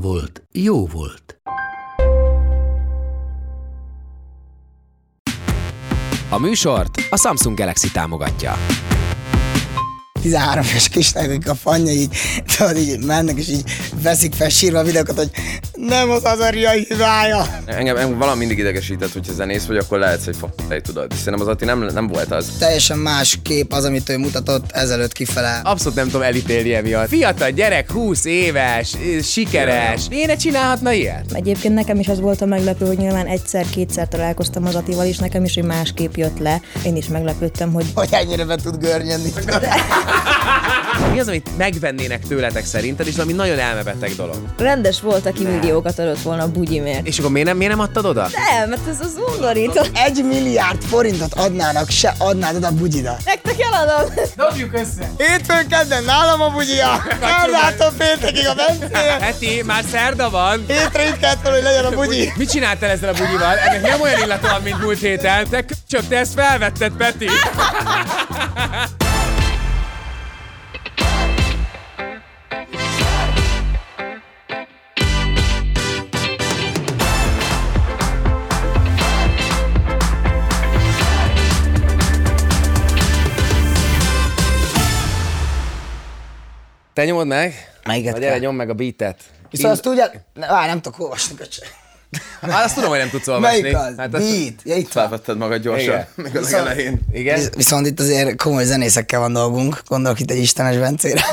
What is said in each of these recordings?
volt, jó volt. A műsort a Samsung Galaxy támogatja. 13 éves kislánynak a fanya így, tudod, így mennek, és így veszik fel sírva a videókat, hogy nem az az a ria hibája. Engem, engem valami mindig idegesített, hogyha zenész vagy, akkor lehetsz egy fej, tudod. És Szerintem az Ati nem, nem volt az. Teljesen más kép az, amit ő mutatott ezelőtt kifele. Abszolút nem tudom elítélni emiatt. Fiatal gyerek, 20 éves, sikeres. Miért ne csinálhatna ilyet? Egyébként nekem is az volt a meglepő, hogy nyilván egyszer-kétszer találkoztam az Atival, és nekem is egy másképp jött le. Én is meglepődtem, hogy Hogy ennyire be tud görnyedni. Mi az, amit megvennének tőletek szerinted, és ami nagyon elmebeteg dolog? rendes volt, aki milliókat adott volna a bugyimért. És akkor miért nem, miért nem adtad oda? Nem, mert ez az undorító. Egy milliárd forintot adnának, se adnád oda a bugyida. Nektek eladom. Hétfőn kedden nálam a bugyia. Nem látom péntekig a benzél. Heti, már szerda van. Hétre itt kellett volna, hogy legyen a bugyi. Mit csináltál ezzel a bugyival? Ennek nem olyan illata van, mint múlt héten. Te csak te ezt felvetted, Peti. Te nyomod meg? Melyiket Na gyere, kell? nyomd meg a beatet. Viszont azt tudja... Ne, Várj, nem tudok olvasni, köcsö. Hát azt tudom, hogy nem tudsz olvasni. Melyik az? Hát Hát azt- Beat. Ja, itt van. Felvetted magad gyorsan, Igen. még az elején. Igen? Visz- Viszont itt azért komoly zenészekkel van dolgunk, gondolok itt egy istenes bencére.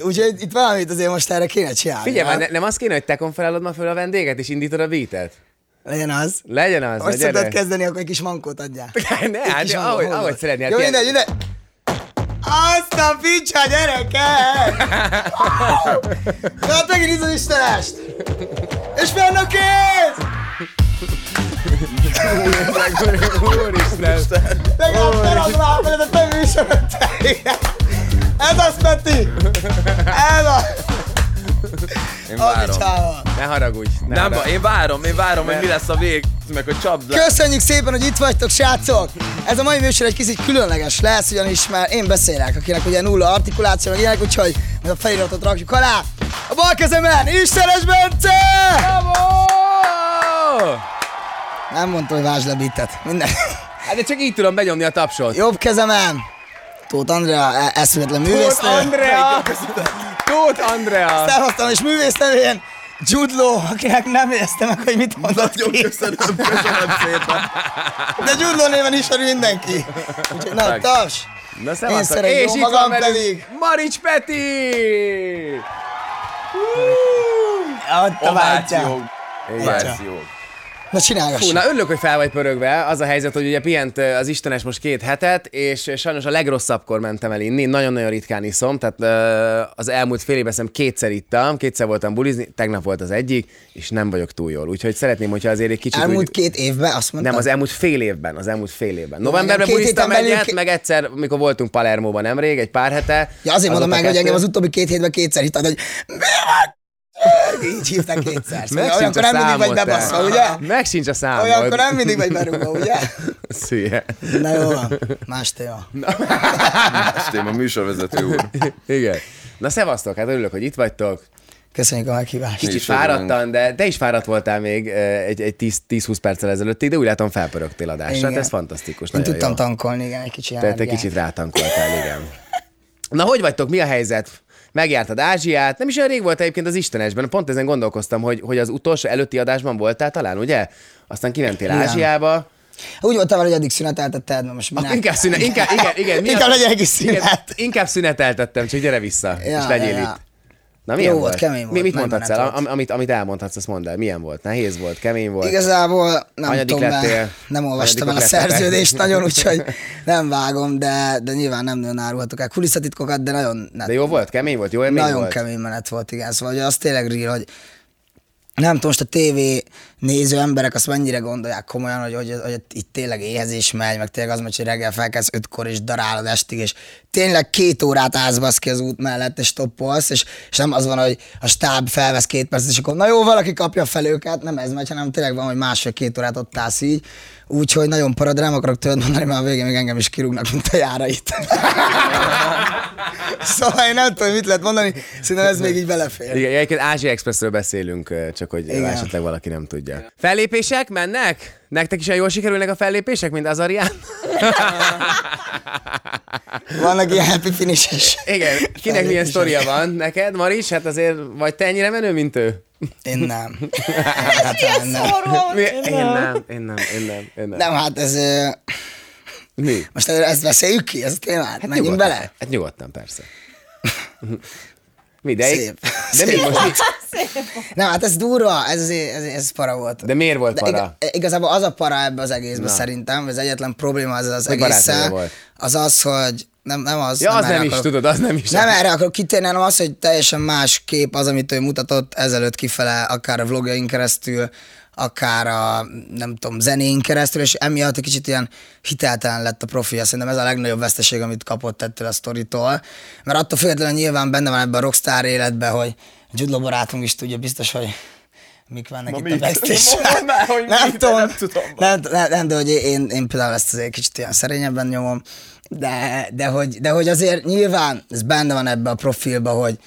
Úgyhogy itt valamit azért most erre kéne csinálni. Figyelj már, nem? ne, nem azt kéne, hogy te konferálod ma föl a vendéget, és indítod a beatet? Legyen az. Legyen az, Most na gyere. szoktad kezdeni, akkor egy kis mankót adjál. Ne, Egy hát kis de mankó, ahogy, hol ahogy vagy? szeretnél. hát Jó, Ti- mindegy, mindegy. Azt a picsa gyerekek! Na, hát megint izzad istenest! És fenn a kéz! Úristen. Legalább feladom átmened a te műsorod, te ilyen. Ez az, Peti! Ez az! Én várom. Abicsával! Ne haragudj. Ne Nem, haragudj. én várom, én várom, hogy mi lesz a vég, meg a csapda. Köszönjük szépen, hogy itt vagytok, srácok! Ez a mai műsor egy kicsit különleges lesz, ugyanis már én beszélek, akinek ugye nulla artikuláció, meg ilyenek, úgyhogy majd a feliratot rakjuk alá. A bal kezemen, Istenes Bence! Bravo! Nem mondtam, hogy vásd le bitet. Minden. Hát de csak így tudom benyomni a tapsot. Jobb kezemen, Tóth Andrea, e- eszméletlen Tóth művésznő. Andrea! Tóth Andrea! Szerhoztam és művész nevén Jude Law, akinek nem éreztem meg, hogy mit mondott Jó, ki. köszönöm, köszönöm szépen. De Jude Law néven ismerő mindenki. Úgyhogy, na, taps! Na Én szevasztok. szeretem, És jó itt magam van velünk pedig. Marics Peti! Ott a Ováció. vártja. Ováció. Na csinálgass. Fú, na örülök, hogy fel vagy pörögve. Az a helyzet, hogy ugye pihent ö, az Istenes most két hetet, és sajnos a legrosszabbkor mentem el inni. Nagyon-nagyon ritkán iszom, tehát ö, az elmúlt fél évben szerintem kétszer ittam, kétszer voltam bulizni, tegnap volt az egyik, és nem vagyok túl jól. Úgyhogy szeretném, hogyha azért egy kicsit... Elmúlt úgy... két évben azt mondtam. Nem, az e- elmúlt fél évben, az elmúlt fél évben. Novemberben két buliztam héten belül egyet, ki- meg egyszer, mikor voltunk Palermóban nemrég, egy pár hete. Ja, azért mondom azóta meg, hogy engem kettő. az utóbbi két hétben kétszer hitted, hogy mi van? így hívták kétszer. Szóval Meg sincs olyankor a nem mindig vagy számod, te. bebaszva, ugye? Meg sincs a számod. Olyankor nem mindig vagy berúgva, ugye? Szülye. Na jó, van. más téma. Más téma, műsorvezető úr. Igen. Na szevasztok, hát örülök, hogy itt vagytok. Köszönjük a meghívást. Kicsit is örülünk. fáradtan, de te is fáradt voltál még eh, egy, egy 10 10-20 perccel ezelőttig, de úgy látom felpörögtél adásra. Hát Igen. ez fantasztikus. Én Nagyon tudtam jó. tankolni, igen, egy kicsi Te, te energiát. kicsit rátankoltál, igen. Na, hogy vagytok? Mi a helyzet? Megjártad Ázsiát, nem is olyan rég volt egyébként az Istenesben, pont ezen gondolkoztam, hogy, hogy az utolsó előtti adásban voltál talán, ugye? Aztán kimentél Igen. Ázsiába. Úgy voltam vele, hogy addig szüneteltetted, mert most minek? Ah, Inkább szünet, inkább, igen, igen. mi Inkább az- legyen egy kis szünet. Igen, Inkább szüneteltettem, csak gyere vissza, és legyél itt. Na milyen Jó volt, kemény Mi, volt, mit nagy mondhatsz el? menet Am- Amit, amit elmondhatsz, azt mondd el. Milyen volt? Nehéz volt? Kemény volt? Igazából nem Hanyadik tudom, lettél? mert nem olvastam el a Hanyadikok lettetek? szerződést nagyon, úgyhogy nem vágom, de, de nyilván nem nagyon árulhatok el kulisszatitkokat, de nagyon, ne, De jó volt? Kemény volt? Jó élmény nagyon volt? kemény menet volt, igen. Szóval ugye az tényleg real, hogy nem tudom, most a tévé néző emberek azt mennyire gondolják komolyan, hogy, hogy, hogy itt tényleg éhezés megy, meg tényleg az megy, hogy reggel felkelsz ötkor és darálod estig, és tényleg két órát állsz ki az út mellett, és toppolsz, és, és nem az van, hogy a stáb felvesz két percet, és akkor na jó, valaki kapja fel őket, hát nem ez megy, hanem tényleg van, hogy másfél-két órát ott állsz így, úgyhogy nagyon para, de nem akarok tőled mondani, mert a végén még engem is kirúgnak, mint a járait. szóval én nem tudom, mit lehet mondani, szerintem ez még így belefér. Igen, egyébként Ázsia Expressről beszélünk, ö, csak hogy Igen. esetleg valaki nem tudja. Fellépések mennek? Nektek is olyan jól sikerülnek a fellépések, mint az Arián? Vannak ilyen happy finishes. Igen. Kinek milyen Fellépések. sztoria van? Neked, Maris? Hát azért vagy te ennyire menő, mint ő? Én nem. Hát, hát nem. Mi? Én nem, én nem, én nem, én nem. nem, hát ez... ö, Mi? Most erről ezt beszéljük ki, ez a témát? Hát Menjünk Nyugodtan. bele? Hát nyugodtan, persze. Mi, de, Szép. de, mi Szép most, mi- Nem, hát ez durva, ez, azért- ez, ez para volt. de miért volt De iga- para? igazából az a para ebbe az egészben Na. szerintem, az egyetlen probléma az az Hogy barátnője egésszel, volt. az az, hogy nem, nem az. Ja, az erre nem is, akarok- tudod, az nem is. Nem erre akarok kitérni, hanem az, hogy teljesen más kép az, amit ő mutatott ezelőtt kifele, akár a vlogjain keresztül, akár a, nem tudom, zenén keresztül, és emiatt egy kicsit ilyen hiteltelen lett a profilja. Szerintem ez a legnagyobb veszteség, amit kapott ettől a sztoritól. Mert attól függetlenül nyilván benne van ebben a rockstar életben, hogy Judlo barátunk is tudja biztos, hogy mik vannak itt a backstage Mondd már, hogy nem mit, tudom, nem tudom. Nem, nem, nem, de hogy én, én például ezt azért kicsit ilyen szerényebben nyomom, de, de, hogy, de hogy azért nyilván ez benne van ebbe a profilba, hogy,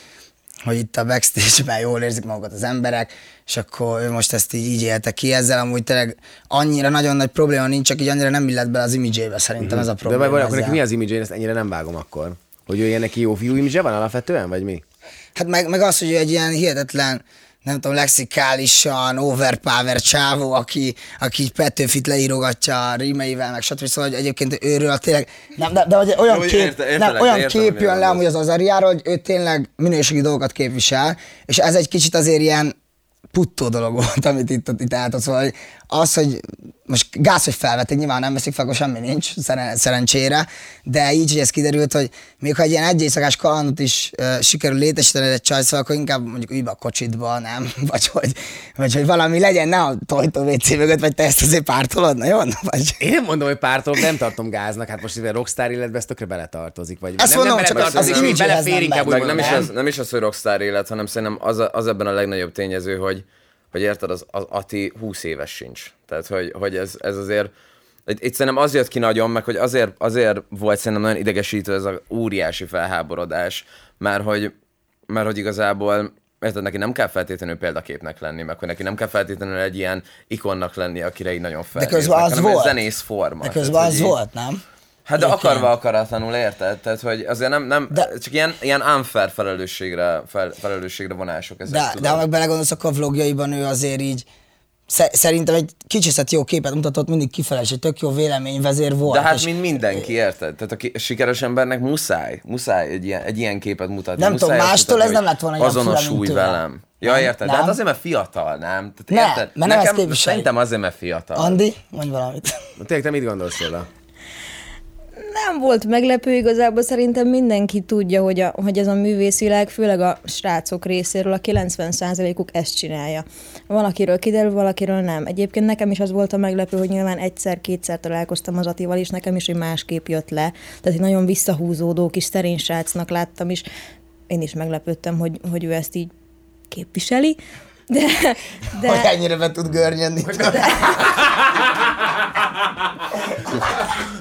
hogy itt a backstage-ben jól érzik magukat az emberek, és akkor ő most ezt így, így élte ki ezzel, amúgy tényleg annyira nagyon nagy probléma nincs, csak így annyira nem illet bele az imidzsébe szerintem ez a De probléma. vagy akkor neki ezzel. mi az imidzsé, én ezt ennyire nem vágom akkor. Hogy ő ilyen neki jó fiú imidzse van alapvetően, vagy mi? Hát meg, meg az, hogy ő egy ilyen hihetetlen, nem tudom, lexikálisan overpower csávó, aki, aki így Petőfit leírogatja a rímeivel, meg stb. Szóval hogy egyébként őről tényleg, nem, de, de hogy olyan Jó, kép, érte- értelek, nem, olyan de értem, kép mire jön le gondolsz. amúgy az Azariáról, hogy ő tényleg minőségi dolgokat képvisel, és ez egy kicsit azért ilyen puttó dolog volt, amit itt, itt álltott. Szóval hogy az, hogy most gáz, hogy felvették, nyilván nem veszik fel, akkor semmi nincs, szeren- szerencsére, de így, hogy ez kiderült, hogy még ha egy ilyen egy éjszakás kalandot is uh, sikerül létesíteni egy csaj, szóval akkor inkább mondjuk ülj be a kocsitba, nem? Vagy hogy, vagy hogy valami legyen, ne a tojtó WC mögött, vagy te ezt azért pártolod, na jó? Na, Vagy... Én nem mondom, hogy pártolok, nem tartom gáznak. Hát most itt a rockstar életbe ez tökre beletartozik. Vagy Azt nem, mondom, nem csak beletartozik, az hanem imidzséhez belefér nem inkább megy. úgy Meg nem, mondom, is az, nem is az, hogy rockstar élet, hanem szerintem az, a- az ebben a legnagyobb tényező, hogy, hogy érted, az, az Ati 20 éves sincs. Tehát, hogy, hogy ez, ez azért... Itt, itt szerintem az jött ki nagyon, meg hogy azért, azért volt szerintem nagyon idegesítő ez a óriási felháborodás, mert hogy, mert hogy igazából Érted, neki nem kell feltétlenül példaképnek lenni, meg hogy neki nem kell feltétlenül egy ilyen ikonnak lenni, akire így nagyon De felnéznek, közben az hanem volt. egy zenész forma. De közben Tehát, az hogy így- volt, nem? Hát de Egyébként. akarva akaratlanul érted? Tehát, hogy azért nem, nem De- de, csak ilyen, ilyen unfair felelősségre, fel, felelősségre vonások ezek. De, tudod. de ha meg belegondolsz, akkor a vlogjaiban ő azért így sze- szerintem egy kicsiszet jó képet mutatott mindig kifele, és egy tök jó véleményvezér volt. de hát, és mint mindenki, érted? Tehát a ki- sikeres embernek muszáj, muszáj egy ilyen, egy ilyen képet mutatni. Nem muszáj tudom, azt mástól mutatni, ez nem hogy lett volna olyan Azonos fura, új mint tőle. velem. Ja, Nem? érted? De hát Nem? azért, mert fiatal, nem? Tehát, Ne, érted? mert nem ezt Nekem, képviseljük. szerintem azért, mert fiatal. Andi, mondj valamit. Na, Tényleg, te mit gondolsz róla? Nem volt meglepő igazából, szerintem mindenki tudja, hogy, a, hogy ez a művészvilág, főleg a srácok részéről a 90%-uk ezt csinálja. Van, akiről kiderül, valakiről nem. Egyébként nekem is az volt a meglepő, hogy nyilván egyszer-kétszer találkoztam az Atival, és nekem is egy másképp jött le. Tehát egy nagyon visszahúzódó kis szerény srácnak láttam, és én is meglepődtem, hogy, hogy ő ezt így képviseli. De, de... Hogy ennyire be tud görnyedni.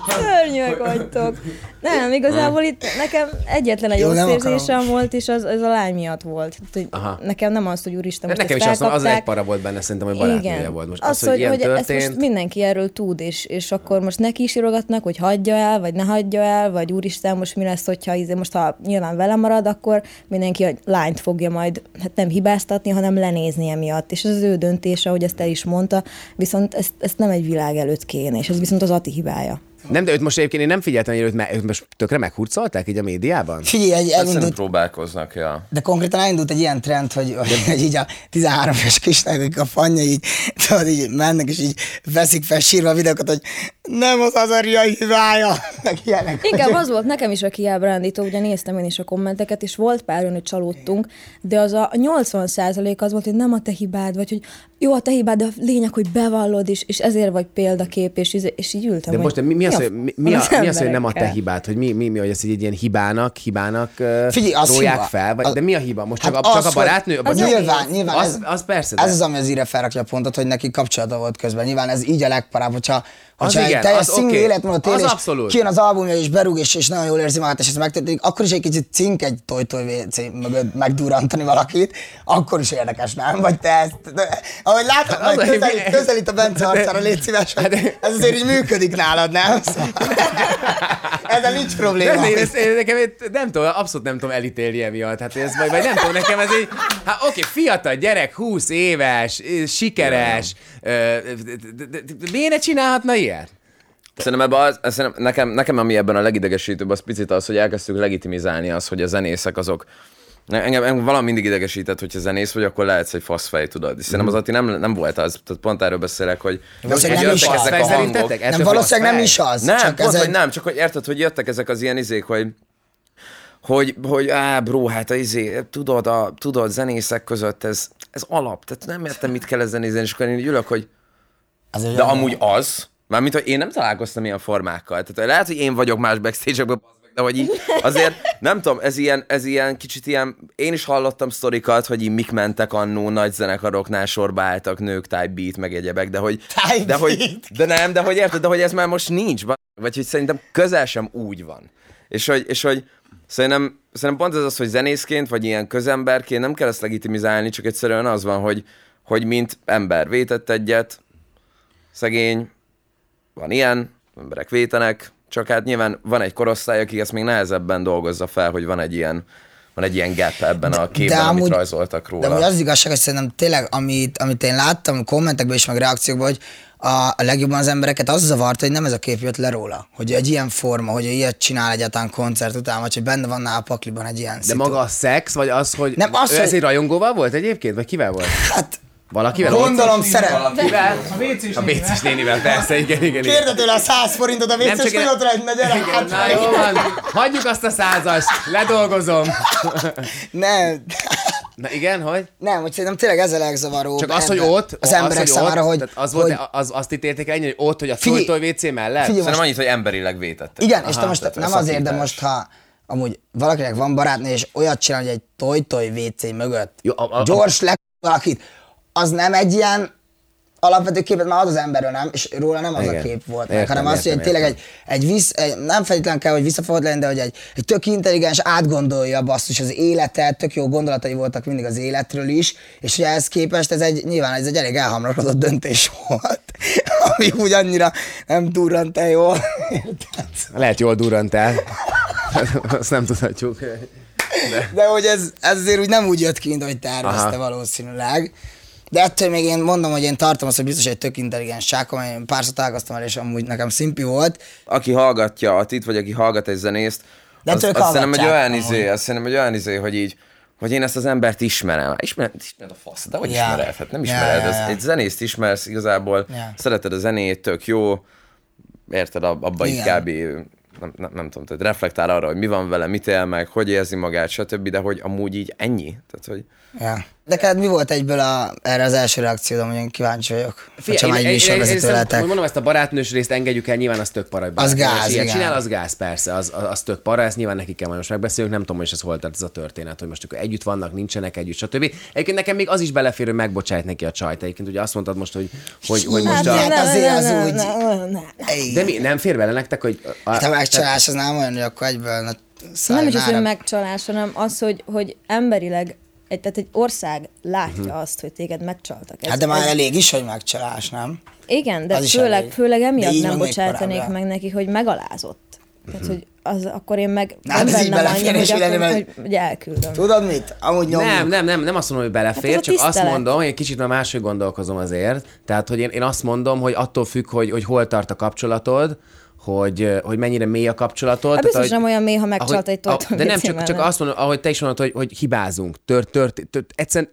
Szörnyűek vagytok. Nem, igazából itt nekem egyetlen egy Jó, rossz nem akarom. érzésem volt, és az, az a lány miatt volt. Tehát, hogy Nekem nem az, hogy úristen, Mert most nekem is ezt azt mondom, az egy felkapták. para volt benne, szerintem, hogy barátnője volt. Most az, Azt, hogy, ilyen ezt történt. most mindenki erről tud, és, és akkor most neki is írogatnak, hogy hagyja el, vagy ne hagyja el, vagy úristen, most mi lesz, hogyha izé, most ha nyilván vele marad, akkor mindenki a lányt fogja majd hát nem hibáztatni, hanem lenézni emiatt. És ez az ő döntése, ahogy ezt el is mondta, viszont ezt, ezt nem egy világ előtt kéne, és ez viszont az Ati hibája. Nem, de őt most egyébként én nem figyeltem, hogy őt, me- őt most tökre meghurcolták így a médiában? Figyelj, egy, Azt hiszem elindult, próbálkoznak, ja. de konkrétan elindult egy ilyen trend, hogy, hogy így a 13 éves kisnek, akik a fanya így, tudod, így mennek, és így veszik fel sírva a videókat, hogy nem az az a hibája, meg ilyenek. Inkább az volt nekem is a kiábrándító, ugye néztem én is a kommenteket, és volt pár olyan, hogy csalódtunk, de az a 80 az volt, hogy nem a te hibád, vagy hogy jó a te hibád, de a lényeg, hogy bevallod is, és ezért vagy példakép, és, íze- és így ültem. De most mi, mi, az, hogy, mi, mi, a, az mi az, hogy nem a te emberekkel? hibád? Hogy mi, mi, mi hogy ezt így ilyen hibának, hibának ö, Figyelj, az rólják hiba. fel? Vagy, Az- de mi a hiba? Most csak, Hát a, csak az, a hogy- barátnő? Az Vagy csak- nyilván, nyilván. Az, ez, az persze. Ez de- az, ami az íre felrakja a pontot, hogy neki kapcsolata volt közben. Nyilván ez így a legparább, hogyha, Az hogyha egy igen, teljes az szingli oké. okay. életmódot él, Az és abszolút. kijön az albumja, és berúg, és, és nagyon jól érzi magát, és ez megtörténik, akkor is egy kicsit cink egy tojtoj WC mögött megdurantani valakit, akkor is érdekes, nem? Vagy te ezt, de, ahogy látod, Hát az hogy a- Hát- közelít, közelít a Bence arcára, légy szíves, hogy ez azért így működik nálad, nem? Szóval, ezzel nincs Nem, probléma. én ezt, én, nekem itt nem tudom, abszolút nem tudom elítélni emiatt. Hát ez vagy, vagy nem tudom, nekem ez egy, hát oké, fiatal gyerek, 20 éves, eh, sikeres, ö, de- de- de- de miért ne csinálhatna ilyet? Szerintem, ebben az, az- szerintem nekem, nekem ami ebben a legidegesítőbb, az picit az, hogy elkezdtük legitimizálni az, hogy a zenészek azok Engem, engem valami mindig idegesített, hogyha zenész vagy, akkor lehetsz egy faszfej, tudod. És szerintem az Ati nem, nem volt az. Tehát pont erről beszélek, hogy, hogy Mhm. nem jöttek is az. ezek a Faszfej hangok. szerintetek? Nem, Ettől valószínűleg nem fej. is az. Nem, csak pont, ez hogy egy, nem, csak hogy érted, hogy jöttek ezek az ilyen izék, hogy hogy, hogy á, bró, hát a izé, tudod, a, tudod, zenészek között ez, ez alap, tehát nem értem, mit kell ezen nézni, és akkor én így ülök, hogy ez egy de amúgy az, mármint, hogy én nem találkoztam ilyen formákkal. Tehát lehet, hogy én vagyok más backstage-ekben, bazd meg, de hogy így azért, nem tudom, ez ilyen, ez ilyen kicsit ilyen, én is hallottam sztorikat, hogy így mik mentek annó nagy zenekaroknál sorba álltak nők, type beat, meg egyebek, de hogy, Type de, hogy beat. de nem, de hogy érted, de hogy ez már most nincs, bazd meg, vagy hogy szerintem közel sem úgy van. És hogy, és hogy szerintem, szerintem pont ez az, hogy zenészként, vagy ilyen közemberként nem kell ezt legitimizálni, csak egyszerűen az van, hogy, hogy mint ember vétett egyet, szegény, van ilyen, emberek vétenek, csak hát nyilván van egy korosztály, aki ezt még nehezebben dolgozza fel, hogy van egy ilyen, van egy ilyen gap ebben a képben, amit amúgy- rajzoltak róla. De amúgy az, az igazság, hogy szerintem tényleg, amit, amit én láttam kommentekből és meg reakciókban, hogy a, a legjobban az embereket az zavart, hogy nem ez a kép jött le róla. Hogy egy ilyen forma, hogy ő ilyet csinál egyáltalán koncert után, vagy hogy benne van nála a pakliban egy ilyen De szitu. maga a szex, vagy az, hogy Nem, az, ő hogy- ez egy rajongóval volt egyébként, vagy kivel volt? Hát, Valakivel? gondolom szeret. Valakivel? A Bécés nénivel, persze, igen, igen, igen. Kérde tőle a 100 forintot a Nem vécés csak én- pillanatra, hogy ne gyere, Igen, hát, Na, jó van, hagyjuk azt a százast, ledolgozom. nem, Na igen, hogy? nem, hogy szerintem tényleg ez a legzavaróbb. Csak az, hogy ember- ott, az emberek az, számára, ott, hogy, tehát az hogy volt, az, azt ítélték ennyi, hogy ott, hogy a Figyelj! Toltoj WC mellett? Figyelj, Szerintem annyit, hogy emberileg vétett. Igen, és te tehát most a nem azért, de szakítás. most ha amúgy valakinek van barátnő, és olyat csinál, hogy egy toj-toj WC mögött Jó, a- a- gyors le valakit, az nem egy ilyen alapvető képet már ad az emberről, nem? És róla nem az a Igen. kép volt, meg, Értem, hanem az, hogy értem, egy tényleg értem. egy, egy, visz, egy, nem feltétlenül kell, hogy visszafogott legyen, de hogy egy, egy tök intelligens, átgondolja basszus az életet, tök jó gondolatai voltak mindig az életről is, és ugye ehhez képest ez egy, nyilván ez egy elég elhamrakodott döntés volt, ami úgy annyira nem durrant el jól. Érted? Lehet jól durrant el. Azt nem tudhatjuk. De hogy ez, ez azért úgy nem úgy jött ki, mint ahogy tervezte Aha. valószínűleg. De ettől még én mondom, hogy én tartom azt, hogy biztos egy tök intelligens sákom, én párszor találkoztam el, és amúgy nekem szimpi volt. aki hallgatja a tit, vagy aki hallgat egy zenészt, De az, tőlük az szerintem egy hallgatják, olyan izé, az szerintem egy olyan izé, hogy így, hogy én ezt az embert ismerem. Ismered, ismered a fasz, de hogy Ja. ismered? Hát nem Ja, ismered. ja, ez- ja. Egy zenészt ismersz igazából, Ja. szereted a zenét, tök jó, érted, ab- abba itt Igen. kb. Nem, nem, nem tudom, tehát reflektál arra, hogy mi van vele, mit él meg, hogy érzi magát, stb., de hogy amúgy így ennyi. Tehát, hogy Ja. De hát mi volt egyből a, erre az első reakciód, amúgy én kíváncsi vagyok. Figyelj, ha már egy műsorvezető szerintem, lehetek. hogy mondom, ezt a barátnős részt engedjük el, nyilván az tök para. hogy Az barátnős gáz, ilyet igen. Csinál, az gáz, persze, az, az, az tök para, ezt nyilván nekik kell majd most megbeszéljük, nem tudom, hogy ez hol tart ez a történet, hogy most akkor együtt vannak, nincsenek együtt, stb. Egyébként nekem még az is belefér, hogy megbocsájt neki a csajt. Egyébként ugye azt mondtad most, hogy, hogy, hogy most Hát, a... hát azért az ne, úgy- ne, ne, ne. Ej, De mi, nem fér bele nektek, hogy... A, Te megcsalás, az nem olyan, hogy akkor egyből... Na, Nem is az, hogy sayonara. megcsalás, hanem az, hogy, hogy emberileg egy, tehát egy ország látja Mhm. azt, hogy téged megcsaltak. Ez, Hát de már ez, elég is, hogy megcsalás, nem? Igen, de az is főleg, elég. főleg De emiatt így nem van még bocsájtanék korábban. meg neki, hogy megalázott. Tehát, hogy az, akkor én meg Na, hát nem ez így bennem belefér, annyi, és hogy, ide akkor, nem- hogy, hogy elküldöm. Tudod mit? Amúgy nyomjuk. Nem, nem, nem, nem azt mondom, hogy belefér, Hát hát ez a csak azt tisztelet. mondom, hogy egy kicsit már máshogy gondolkozom azért. Tehát, hogy én, én azt mondom, hogy attól függ, hogy, hogy hol tart a kapcsolatod, hogy, hogy mennyire mély a kapcsolatod. Hát biztos ahogy- nem olyan mély, ha megcsalt ahogy- egy tojton ah, De nem, csak, gecével, csak nem? azt mondom, ahogy te is mondod, hogy, hogy hibázunk, tört, tört, tört egyszerűen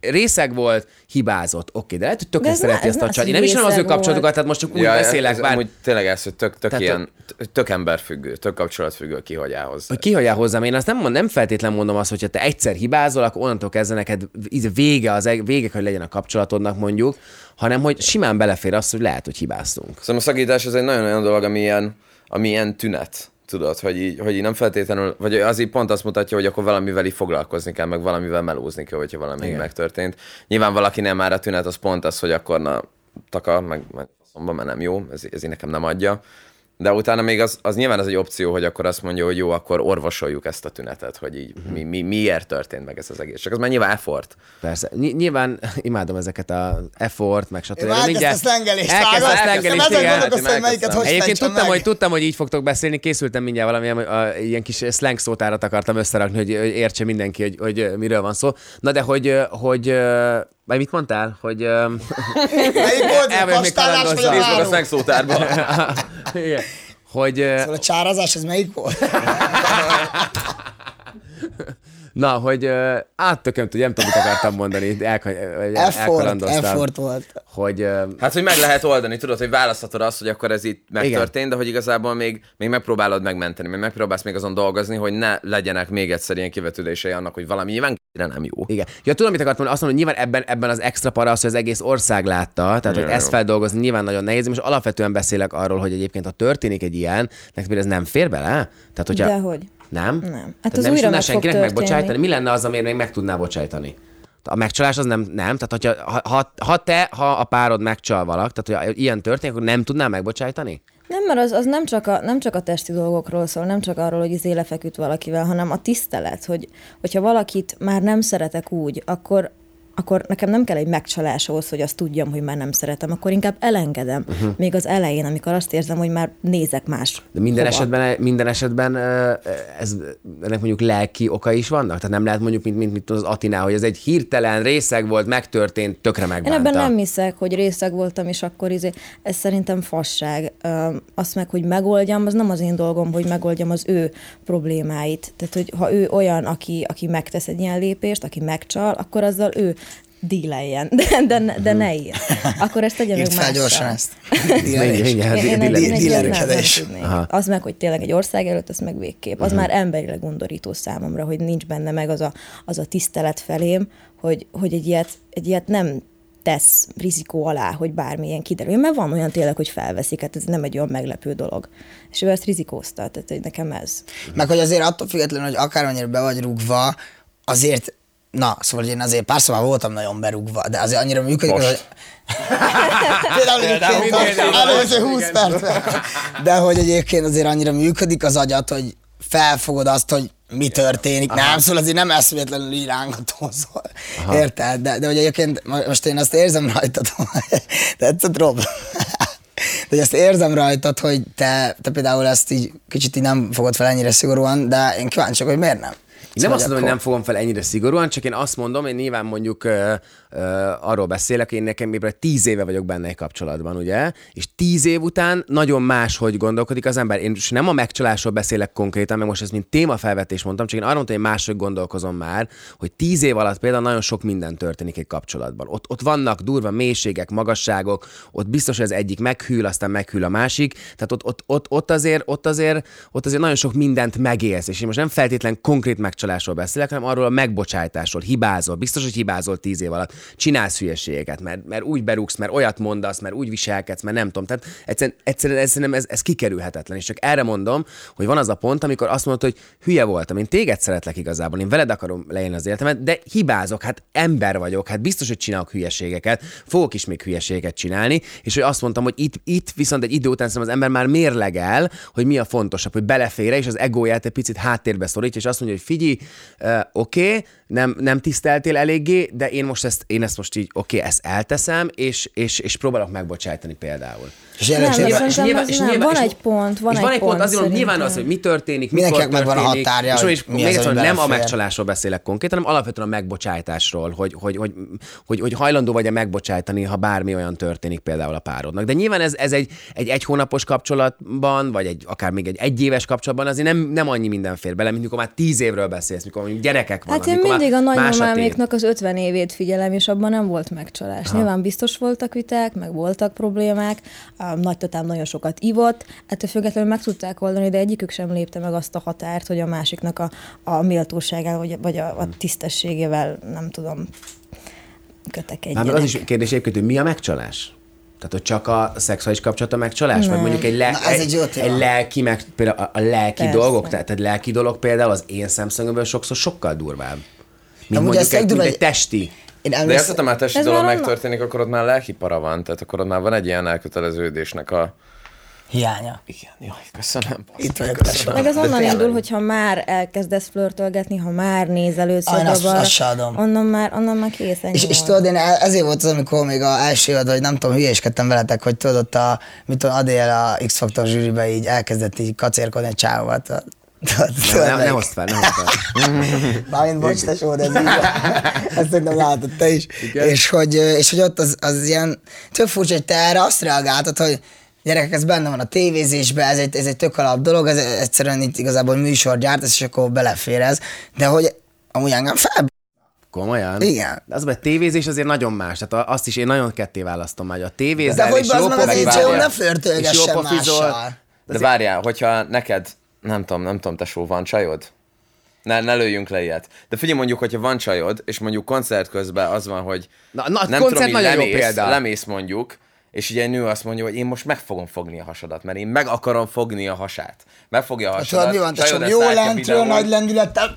részeg volt, hibázott. Oké, okay, de lehet, hogy De tökre ez szereti ne- ezt ez a ne- csajt. Én ez nem ismerem az ő részeg volt. kapcsolatokat, tehát most csak úgy ez- beszélek, ez bár amúgy tényleg ez, hogy tök, tök Tehát ilyen, tök emberfüggő, tök kapcsolatfüggő, ki hogy áll hozzá. hogy kihagyjál hozzám, én azt nem, mond, nem feltétlenül mondom azt, hogyha te egyszer hibázol, akkor onnantól kezdve neked íz- vége, az eg- vége, hogy legyen a kapcsolatodnak mondjuk, hanem hogy simán belefér az, hogy lehet, hogy hibáztunk. Szerintem Szóval a szakítás az egy nagyon olyan dolog, ami ilyen, ami ilyen tünet, tudod, hogy így, hogy így nem feltétlenül, vagy az így pont azt mutatja, hogy akkor valamivel így foglalkozni kell, meg valamivel melózni kell, hogyha valami Igen. megtörtént. Nyilván valakinél már a tünet az pont az, hogy akkor na, taka, meg, meg faszomba, mert nem jó, ez, ez így nekem nem adja. De utána még az, az nyilván az egy opció, hogy akkor azt mondja, hogy jó, akkor orvosoljuk ezt a tünetet, hogy így mi, mi, miért történt meg ez az egész. Csak az már nyilván effort. Persze. Ny- nyilván imádom ezeket a effort, meg stb. Én már Mindjárt- elkezdte a szlengelést, Elkezdte a vágod? szlengelést, Ezen igen. gondolkoztam, Hát én melyiket elkezdtem. hogy Egyébként fejtsem tudtam meg. hogy, tudtam, hogy így fogtok beszélni, készültem mindjárt valamilyen a, ilyen kis slang szótárat akartam összerakni, hogy, hogy értse mindenki, hogy, hogy ö, miről van szó. Na de hogy, ö, hogy ö, vagy mit mondtál? Hogy ö, Melyik volt? El A vagyok még pastálás vagy a kalandozva. Nézd meg Szóval a háló? szexótárba. igen, hogy ö, Szóval a csárázás, ez melyik volt? na, hogy ö, áttököm, hogy nem tudom, mit akartam mondani. El, Effort, effort volt. Hogy ö, Hát, hogy meg lehet oldani, tudod, hogy választhatod azt, hogy akkor ez itt megtörtént, de hogy igazából még, még megpróbálod megmenteni, még megpróbálsz még azon dolgozni, hogy ne legyenek még egyszer ilyen kivetődései annak, hogy valami nyilván k***re nem jó. Igen. Ja, tudom, mit akartam mondani. Azt mondom, hogy nyilván ebben, ebben az extra para az, hogy az egész ország látta, tehát hogy Jaj. ezt feldolgozni nyilván nagyon nehéz. Most alapvetően beszélek arról, hogy egyébként ha történik egy ilyen, neked például ez nem fér bele? Tehát, hogyha... Dehogy. Nem? Nem. Hát Tehát az nem is újra tudná meg fog senkinek történni. megbocsájtani? Mi lenne az, amiért még meg tudná bocsájtani? A megcsalás az nem, nem. Tehát, hogyha, ha, ha, ha, te, ha a párod megcsal valak, tehát, hogyha ilyen történik, akkor nem tudná megbocsájtani? Nem, mert az, az nem, csak a, nem csak a testi dolgokról szól, nem csak arról, hogy izé lefeküdt valakivel, hanem a tisztelet, hogy, hogyha valakit már nem szeretek úgy, akkor akkor nekem nem kell egy megcsalás ahhoz, hogy azt tudjam, hogy már nem szeretem, akkor inkább elengedem. Uh-huh. Még az elején, amikor azt érzem, hogy már nézek más. Mhm. De minden hova. esetben, minden esetben ö, ez, ennek mondjuk lelki oka is vannak? Tehát nem lehet mondjuk, mint, mint, mint az Atinál, hogy ez egy hirtelen részeg volt, megtörtént, tökre Én megbánta. ebben nem hiszek, hogy részeg voltam, és akkor izé, ez szerintem fasság. Ö, Azt meg, hogy megoldjam, az nem az én dolgom, hogy megoldjam az ő problémáit. Tehát, hogy ha ő olyan, aki, aki megtesz egy ilyen lépést, aki megcsal, akkor azzal ő díleljen, de, de, ne- de ne ír. Akkor ezt tegye meg Mhm. Írd fel mással. gyorsan ezt. Mindjárt, mindjárt, Én, én, di- én, di- én, én, én nem dílelkedés. tudnék. Az meg, hogy tényleg egy ország előtt, az meg végképp. Az már emberileg undorító számomra, hogy nincs benne meg az a, az a tisztelet felém, hogy, hogy egy, ilyet, egy ilyet nem tesz rizikó alá, hogy bármilyen kiderül. Mert van olyan tényleg, hogy felveszik, hát ez nem egy olyan meglepő dolog. És ő ezt rizikózta, tehát hogy nekem ez. Meg hogy azért attól függetlenül, hogy akármennyire be vagy rúgva, azért, na, szóval én azért pár szóval voltam nagyon berúgva, de azért annyira működik, Most. hogy... Például egyébként Például. a- előző 20 percben. De hogy egyébként azért annyira működik az agyat, hogy felfogod azt, hogy mi történik. Aha. Nem, szóval azért nem eszméletlenül így rángatózol. Érted? De, de hogy egyébként mo- most én azt érzem rajtad, hogy tetszett Rob? De hogy ezt érzem rajtad, hogy te, te például ezt így kicsit így nem fogod fel ennyire szigorúan, de én kíváncsi vagyok, hogy miért nem. Én Szóval nem azt mondom, hogy nem fogom fel ennyire szigorúan, csak én azt mondom, én nyilván mondjuk ö, ö, arról beszélek, én nekem ébre tíz éve vagyok benne egy kapcsolatban, ugye? És tíz év után nagyon máshogy gondolkodik az ember. Én most nem a megcsalásról beszélek konkrétan, mert most ezt mint témafelvetés mondtam, csak én arról mondtam, hogy máshogy gondolkozom már, hogy tíz év alatt például nagyon sok minden történik egy kapcsolatban. Ott, ott vannak durva mélységek, magasságok, ott biztos, hogy az egyik meghűl, aztán meghűl a másik. Tehát ott, ott, ott, ott, azért, ott, azért, ott azért nagyon sok mindent megélsz. És én most nem feltétlen konkrét megcsalásról beszélek, hanem arról a megbocsájtásról. Hibázol, biztos, hogy hibázol tíz év alatt. Csinálsz hülyeségeket, mert, mert úgy berúgsz, mert olyat mondasz, mert úgy viselkedsz, mert nem tudom. Tehát egyszerűen, egyszerűen ez, szerintem ez, ez kikerülhetetlen. És csak erre mondom, hogy van az a pont, amikor azt mondod, hogy hülye voltam, én téged szeretlek igazából, én veled akarom leélni az életemet, de hibázok, hát ember vagyok, hát biztos, hogy csinálok hülyeségeket, fogok is még hülyeséget csinálni, és hogy azt mondtam, hogy itt, itt viszont egy idő után szerintem az ember már mérlegel, hogy mi a fontosabb, hogy belefér és az egóját egy picit háttérbe szorítja, és azt mondja, hogy figyelj, uh, oké, okay, nem, nem tiszteltél eléggé, de én most ezt, én ezt most így, oké, okay, ezt elteszem, és, és, és próbálok megbocsájtani például. És Nem, jelenleg viszont- nyilván- szerintem az nem. Van egy pont, van és egy van egy pont, pont azért mondom, nyilván szerintem. az, hogy mi történik, Mindenkinek mikor megvan a történik, határja, És, hogy és mi még az, egyszer, ami nem a belefér. megcsalásról beszélek konkrétan, hanem alapvetően a megbocsájtásról, hogy, hogy, hogy, hogy, hogy hajlandó vagy-e megbocsájtani, ha bármi olyan történik például a párodnak. De nyilván ez, ez egy, egy egy hónapos kapcsolatban, vagy egy, akár még egy egyéves kapcsolatban azért nem, nem annyi minden fér bele, mint mikor már tíz évről beszélsz, mikor mondjuk gyerekek vannak. Hát én mikor már mindig a más tév. nagymamáméknak az 50 évét figyelem, és abban nem volt megcsalás. Ha. Nyilván biztos voltak viták, meg voltak problémák, a nagytatám nagyon sokat ivott, ettől függetlenül meg tudták oldani, de egyikük sem lépte meg azt a határt, hogy a másiknak a, a méltóságával, vagy, vagy a, a tisztességével, nem tudom, Hát Hát kötekedjenek. meg az is kérdés egyébként, hogy mi a megcsalás? Tehát, hogy csak a szexuális kapcsolat a megcsalás? Vagy mondjuk egy, le- Na, ez egy jó téma. egy lelki, meg, például a, a lelki Persze. dolgok, tehát egy lelki dolog például az én szemszögömből sokszor sokkal durvább. Mint Amúgy mondjuk ezt egy, egy mint durva- egy testi. Én De emlékszem- érted, ha már testi Ez dolog már onnan- megtörténik, akkor ott már lelki para van, tehát akkor ott már van egy ilyen elköteleződésnek a... Hiánya. Igen, jaj, köszönöm. basz. Itt vagyok, tesó. Meg az onnan tényleg. indul, hogyha már elkezdesz flörtölgetni, ha már nézel Ajj, azt- először azt se adom. onnan már, onnan már készen És, és tudod, én el- ezért volt az, amikor még a első évad, hogy nem tudom, hülyéskedtem veletek, hogy tudod, ott a, mit tudom, Adél a X-Factor zsűribe így elkezdett így kacérkodni egy csávóval. tudod- tudod- tudod, Nem, melyik? nem azt fel, nem azt fel. Bármint bocs, tesó, de ez így van. Ezt nem látod te is. És hogy, és hogy ott az, az ilyen tök furcsa, hogy te erre azt reagáltad, hogy gyerekek, ez benne van a tévézésben, ez egy, ez egy tök alap dolog, ez egyszerűen itt igazából műsorgyárt, és akkor belefér ez. De hogy amúgy engem fel... Komolyan? Igen. De az, hogy a tévézés azért nagyon más. Tehát a- azt is én nagyon ketté választom már, hogy a tévézel De hogy és bazd jó meg, az pofizol- én sem, és ne flörtölgessen jó pofizol. mással. De várjál, hogyha neked, nem tudom, nem tudom, tesó, van csajod? Ne, ne lőjünk le ilyet. De figyelj mondjuk, hogyha van csajod, és mondjuk koncert közben az van, hogy Na- na, koncert így nagyon jó példa. lemész mondjuk, és ugye egy nő azt mondja, hogy én most meg fogom fogni a hasadat, mert én meg akarom fogni a hasát. Megfogja a Hát tudod, hasadat. mi van, csajod tesó, ezt jó látja lentről, videón. nagy lendülettel.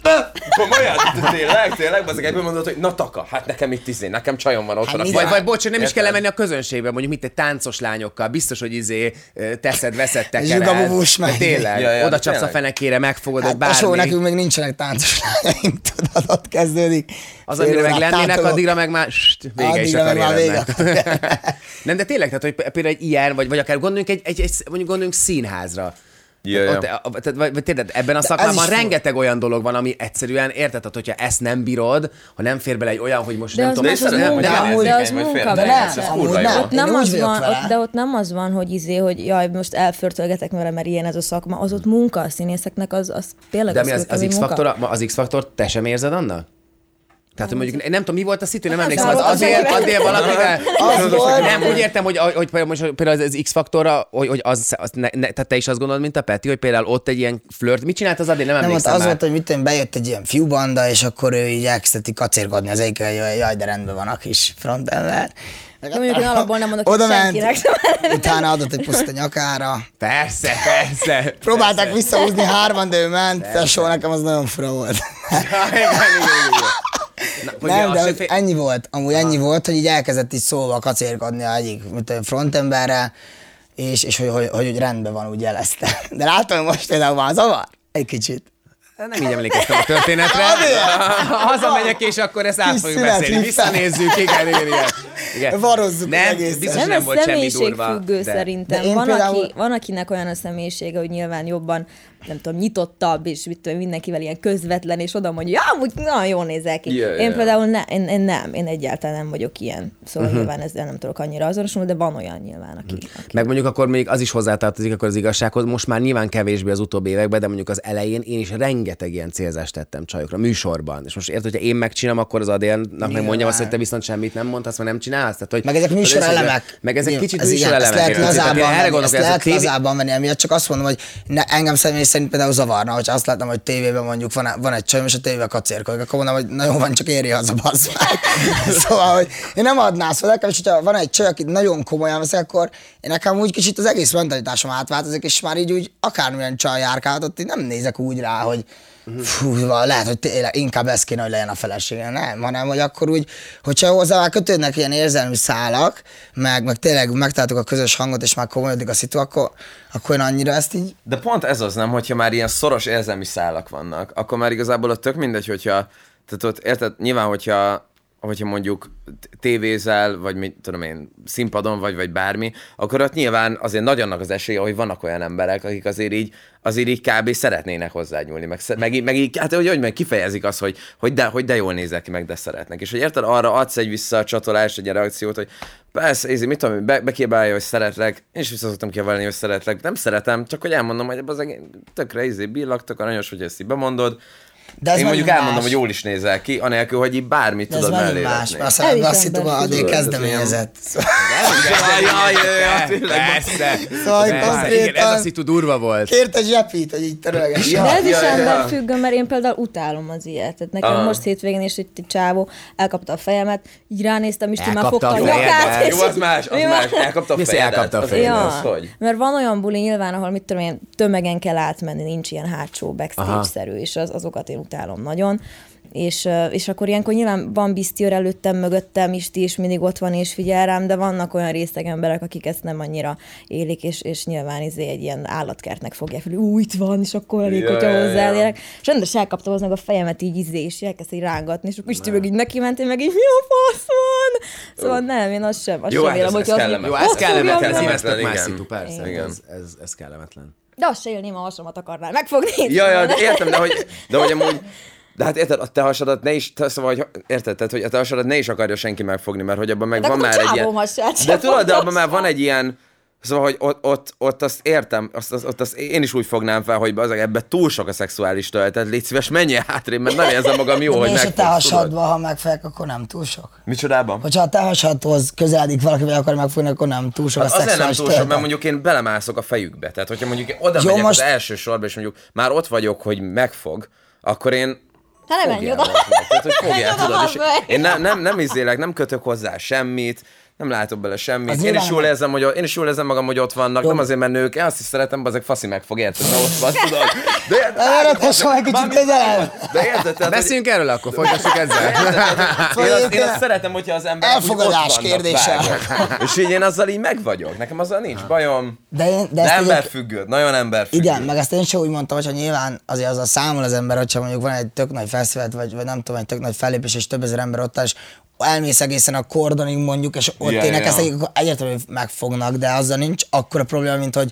Komolyan? Tényleg, tényleg, bazdmeg, egyből mondod, hogy na taka, hát nekem itt izé, nekem csajom van otthon. mi aki- Vagy, vagy bocs, hogy nem is Érted? kell lemenni a közönségbe, mondjuk mint egy táncos lányokkal, biztos, hogy izé ö, teszed, veszed, Zsugabubus tekered. meg. De Tényleg, Ja, ja, ja, ja, de oda csapsz a tényleg. fenekére, megfogod, hogy Hát bármi. tesó, nekünk még nincsenek táncos lányaink, tudod, ott kezdődik. Hát, Az, amire Fél meg órán lennének, táncolok. addigra meg már st, vége is Addigra a meg már karrieremnek. vége a karrieremnek. Nem, de tényleg, tehát, hogy p- például egy ilyen, vagy, vagy akár gondoljunk egy, egy, egy mondjuk gondoljunk színházra. Ja, ja. Ott, a- tehát, vagy, vagy tényleg ebben a ez is szakmában fura. rengeteg olyan dolog van, ami egyszerűen érted, tehát, hogyha ezt nem bírod, ha nem fér bele egy olyan, hogy most De nem az tudom, más az de nem, munka, de amúgy- de az vagy fél- munka. de mert- nem, ez kurva jó. Ott nem Én úgy az vagyok van, vele. ott, de ott nem az van, hogy izé, hogy jaj, most elförtölgetek vele, mert ilyen ez a szakma. Az ott munka a színészeknek, az, az tényleg De mi az, volt, az ami X-faktor, munka. az X-faktor, te sem érzed annak? Tehát, hogy mondjuk, nem tudom, mi volt a szitu, nem Hát emlékszem, az az volt az azért, egyik. azért valakivel... Az volt. Nem, úgy értem, hogy, hogy például, most, például az X-faktorra, hogy, hogy az, az ne, ne, tehát te is azt gondolod, mint a Peti, hogy például ott egy ilyen flört, mit csinált az Adél, nem Nem, ott emlékszem az már. volt, hogy mit tudom, bejött egy ilyen fiúbanda, és akkor ő így elkezdett így kacérkodni az egyik, hogy jaj, de rendben van a kis frontember. Meg De hát mondjuk én alapból nem mondok Oda itt ment, senkinek. utána adott egy puszt a nyakára. Persze, persze. Próbálták visszahúzni hárman, de ő ment, tesó, nekem az nagyon fura volt. Igen, igen, igen, igen. Na, hogy Nem, az de se hogy fél- ennyi volt, amúgy ennyi volt, hogy így elkezdett így szóval kacérkodni a egyik mit tudom, frontemberrel, és, és hogy, hogy, hogy, hogy rendben van, úgy jelezte. De látom, hogy most például már zavar? Egy kicsit. Nem így emlékeztem a történetre. Hazamegyek, és akkor ezt át Kis fogjuk szünet, beszélni. vissza. Visszanézzük, igen, igen, igen. igen. Varozzuk nem, egészen. biztos Nem, nem, ez volt semmi durva. személyiségfüggő de- szerintem. De én Van, például- aki, van, akinek olyan a személyisége, hogy nyilván jobban, nem tudom, nyitottabb, és mit tudom, mindenkivel ilyen közvetlen, és oda mondja, ja, amúgy nagyon jól nézel ki. Ja, Yeah, ja, én ja. például ne, én, én, nem, én egyáltalán nem vagyok ilyen. Szóval Mhm. uh-huh. nyilván ezzel nem tudok annyira azonosulni, de van olyan nyilván, aki, aki Meg mondjuk akkor még az is hozzátartozik akkor az igazsághoz, most már nyilván kevésbé az utóbbi években, de mondjuk az elején én is rengeteg ilyen célzást tettem csajokra műsorban. És most érted, hogyha én megcsinálom, akkor az Adélnak meg mondjam azt, hogy te viszont semmit nem mondhatsz, mert nem csinálsz. Tehát, hogy Meg ezek az műsorelemek. összeg- Meg ezek kicsit Ez igen, műsorelemek. Ezt lehet érted? Tehát lazában én erre venni, gondolok, ezt hogy ez a lehet tévé- lazában venni, emiatt csak azt mondom, hogy ne, engem személy szerint például zavarna, hogy azt látom, hogy tévében mondjuk van, van egy csajom, és a tévével kacérkodik, akkor mondom, hogy na jó van, csak éri haza, bazd meg. szóval, hogy én nem adnám szóval nekem, és hogyha van egy csaj, akit nagyon komolyan veszek, akkor én nekem úgy kicsit az egész mentalitásom átváltozik, és már így úgy akármilyen csaj járkálhat, ott így nem nézek úgy rá, hogy fú, lehet, hogy tényleg inkább ez kéne, hogy legyen a felesége. Nem, hanem, hogy akkor úgy, hogyha hozzá már kötődnek ilyen érzelmi szálak, meg, meg tényleg megtaláltuk a közös hangot, és már komolyodik a szitu, akkor, akkor én annyira ezt így De pont ez az nem, hogyha már ilyen szoros érzelmi szálak vannak, akkor már igazából ott tök mindegy, hogyha, tehát ott érted, nyilván, hogyha, hogyha mondjuk t- tévézel, vagy mit tudom én, színpadon vagy, vagy bármi, akkor ott nyilván azért nagy annak az esélye, hogy vannak olyan emberek, akik azért így, azért így kb. szeretnének hozzányúlni, meg, sze- meg, így- meg így, hát hogy, hogy meg kifejezik azt, hogy, hogy, de, hogy de jól nézek ki, meg de szeretnek. És hogy érted, arra adsz egy visszacsatolást, egy reakciót, hogy persze, Ézi, mit tudom, én, be, bekébálja, hogy szeretlek, én is vissza szoktam kiemelni, hogy szeretlek, nem szeretem, csak hogy elmondom, hogy az egész tökre Ézi, billak, tök aranyos, hogy ezt így bemondod, De de ez én mondjuk megint elmondom, más. hogy jól is nézel ki, anélkül, hogy így bármit De ez tudod mellé megint más, más, mert azt El hiszem, is a ember szitu addig tudod, kezdeményezett. Persze. Szóval Persze. konkrétan- Igen, ez a szitu durva volt. Kért egy zsepit, hogy így törölgess. De ez is ja, Ah. ja. emberfüggő, mert én például utálom az ilyet. Tehát nekem Aha. most hétvégén is egy csávó elkapta a fejemet, így ránéztem, Isti már Elkapta fogta a a fejedet. nyakát. és- Jó, az más, az Mi más. Elkapta a Mi az, hogy fejedet. elkapta a Az- fejedet? az hogy? Mert van olyan buli nyilván, ahol mit tudom én, tömegen kell átmenni, nincs ilyen hátsó backstage-szerű, és az, azokat én utálom nagyon. És, ö, és akkor ilyenkor nyilván van biztior előttem, mögöttem is, ti is mindig ott van és figyel rám, de vannak olyan részeg emberek, akik ezt nem annyira élik, és, és nyilván izé egy ilyen állatkertnek fogják fel, hogy ú, itt van, és akkor elég, Ja, hogyha ja, ja. hozzáérek. És rendes elkaptam az meg a fejemet így izé, és elkezd így rángatni, és akkor Isti meg így neki ment, én meg így mi a fasz van? Szóval nem, én azt sem, azt Jó, sem hát vélem, ez- ez hogy az kellemetlen. Jó, Azt ez fogja kellemetlen, mondani. szív, ez tök Igen. más szitu, persze. Igen. Ez, ez, ez kellemetlen. De azt se élném, a hasamat akarnál megfogni. Ja, ja, de értem, de hogy, de hogy amúgy, de hát érted, a te hasadat ne is, te, szóval, hogy érted, tehát, hogy a te hasadat ne is akarja senki megfogni, mert hogy abban meg Hát van akkor már egy csávó ilyen... hasát sem De tudod, de abban fogsz. már van egy ilyen, Szóval, hogy ott, ott, ott azt értem, azt, azt, ott azt én is úgy fognám fel, hogy az, ebbe túl sok a szexuális töltet, légy szíves, menjél hátrébb, mert nem érzem magam jó, hogy és a te megfogsz, tudod. hasadba, ha megfelek, akkor nem túl sok. Micsodában? Hogyha a te hasadhoz közeledik valaki, vagy akar megfogni, akkor nem túl sok a Az Hát azért nem szexuális túl sok, mert töltet. mondjuk én belemászok a fejükbe. Tehát, hogyha mondjuk én oda Jó, Jó, megyek most... most- az első sorba, és mondjuk már ott vagyok, hogy megfog, akkor én Hát nem menj fogjál oda. valamit. Tehát, hogy fogjál, Menj oda, tudod, és hazamegy. én nem, nem, nem izélek, nem kötök hozzá semmit, nem látok bele semmit. Az én is nyilván jól nem. érzem, hogy én is jól érzem magam, hogy ott vannak. Jó. Nem azért, mert nők, én azt is szeretem, azok faszi meg fog érted, mert ott van, tudod. De, Nem eredhet soha egy kicsit közelebb. de érted, tehát, hogy- Beszéljünk erről akkor, folytassuk ezzel. én, azt, én Szóval azt szeretem, hogyha az ember Elfogadás kérdése. És így én azzal így meg vagyok. Nekem azzal nincs bajom. De én, de De, ezt de egyébként- emberfüggő, nagyon emberfüggő. Igen, meg ezt én sem úgy mondtam, hogyha nyilván azért azzal számol az ember, hogyha mondjuk van egy tök nagy feszület, vagy, vagy nem tudom, egy tök nagy fellépés, és több ezer ember ott áll, és elmész egészen a kordonig mondjuk, és ott Ja, yeah, énekelsz, ja. yeah. akkor egyértelműen megfognak, de azzal nincs akkora probléma, mint hogy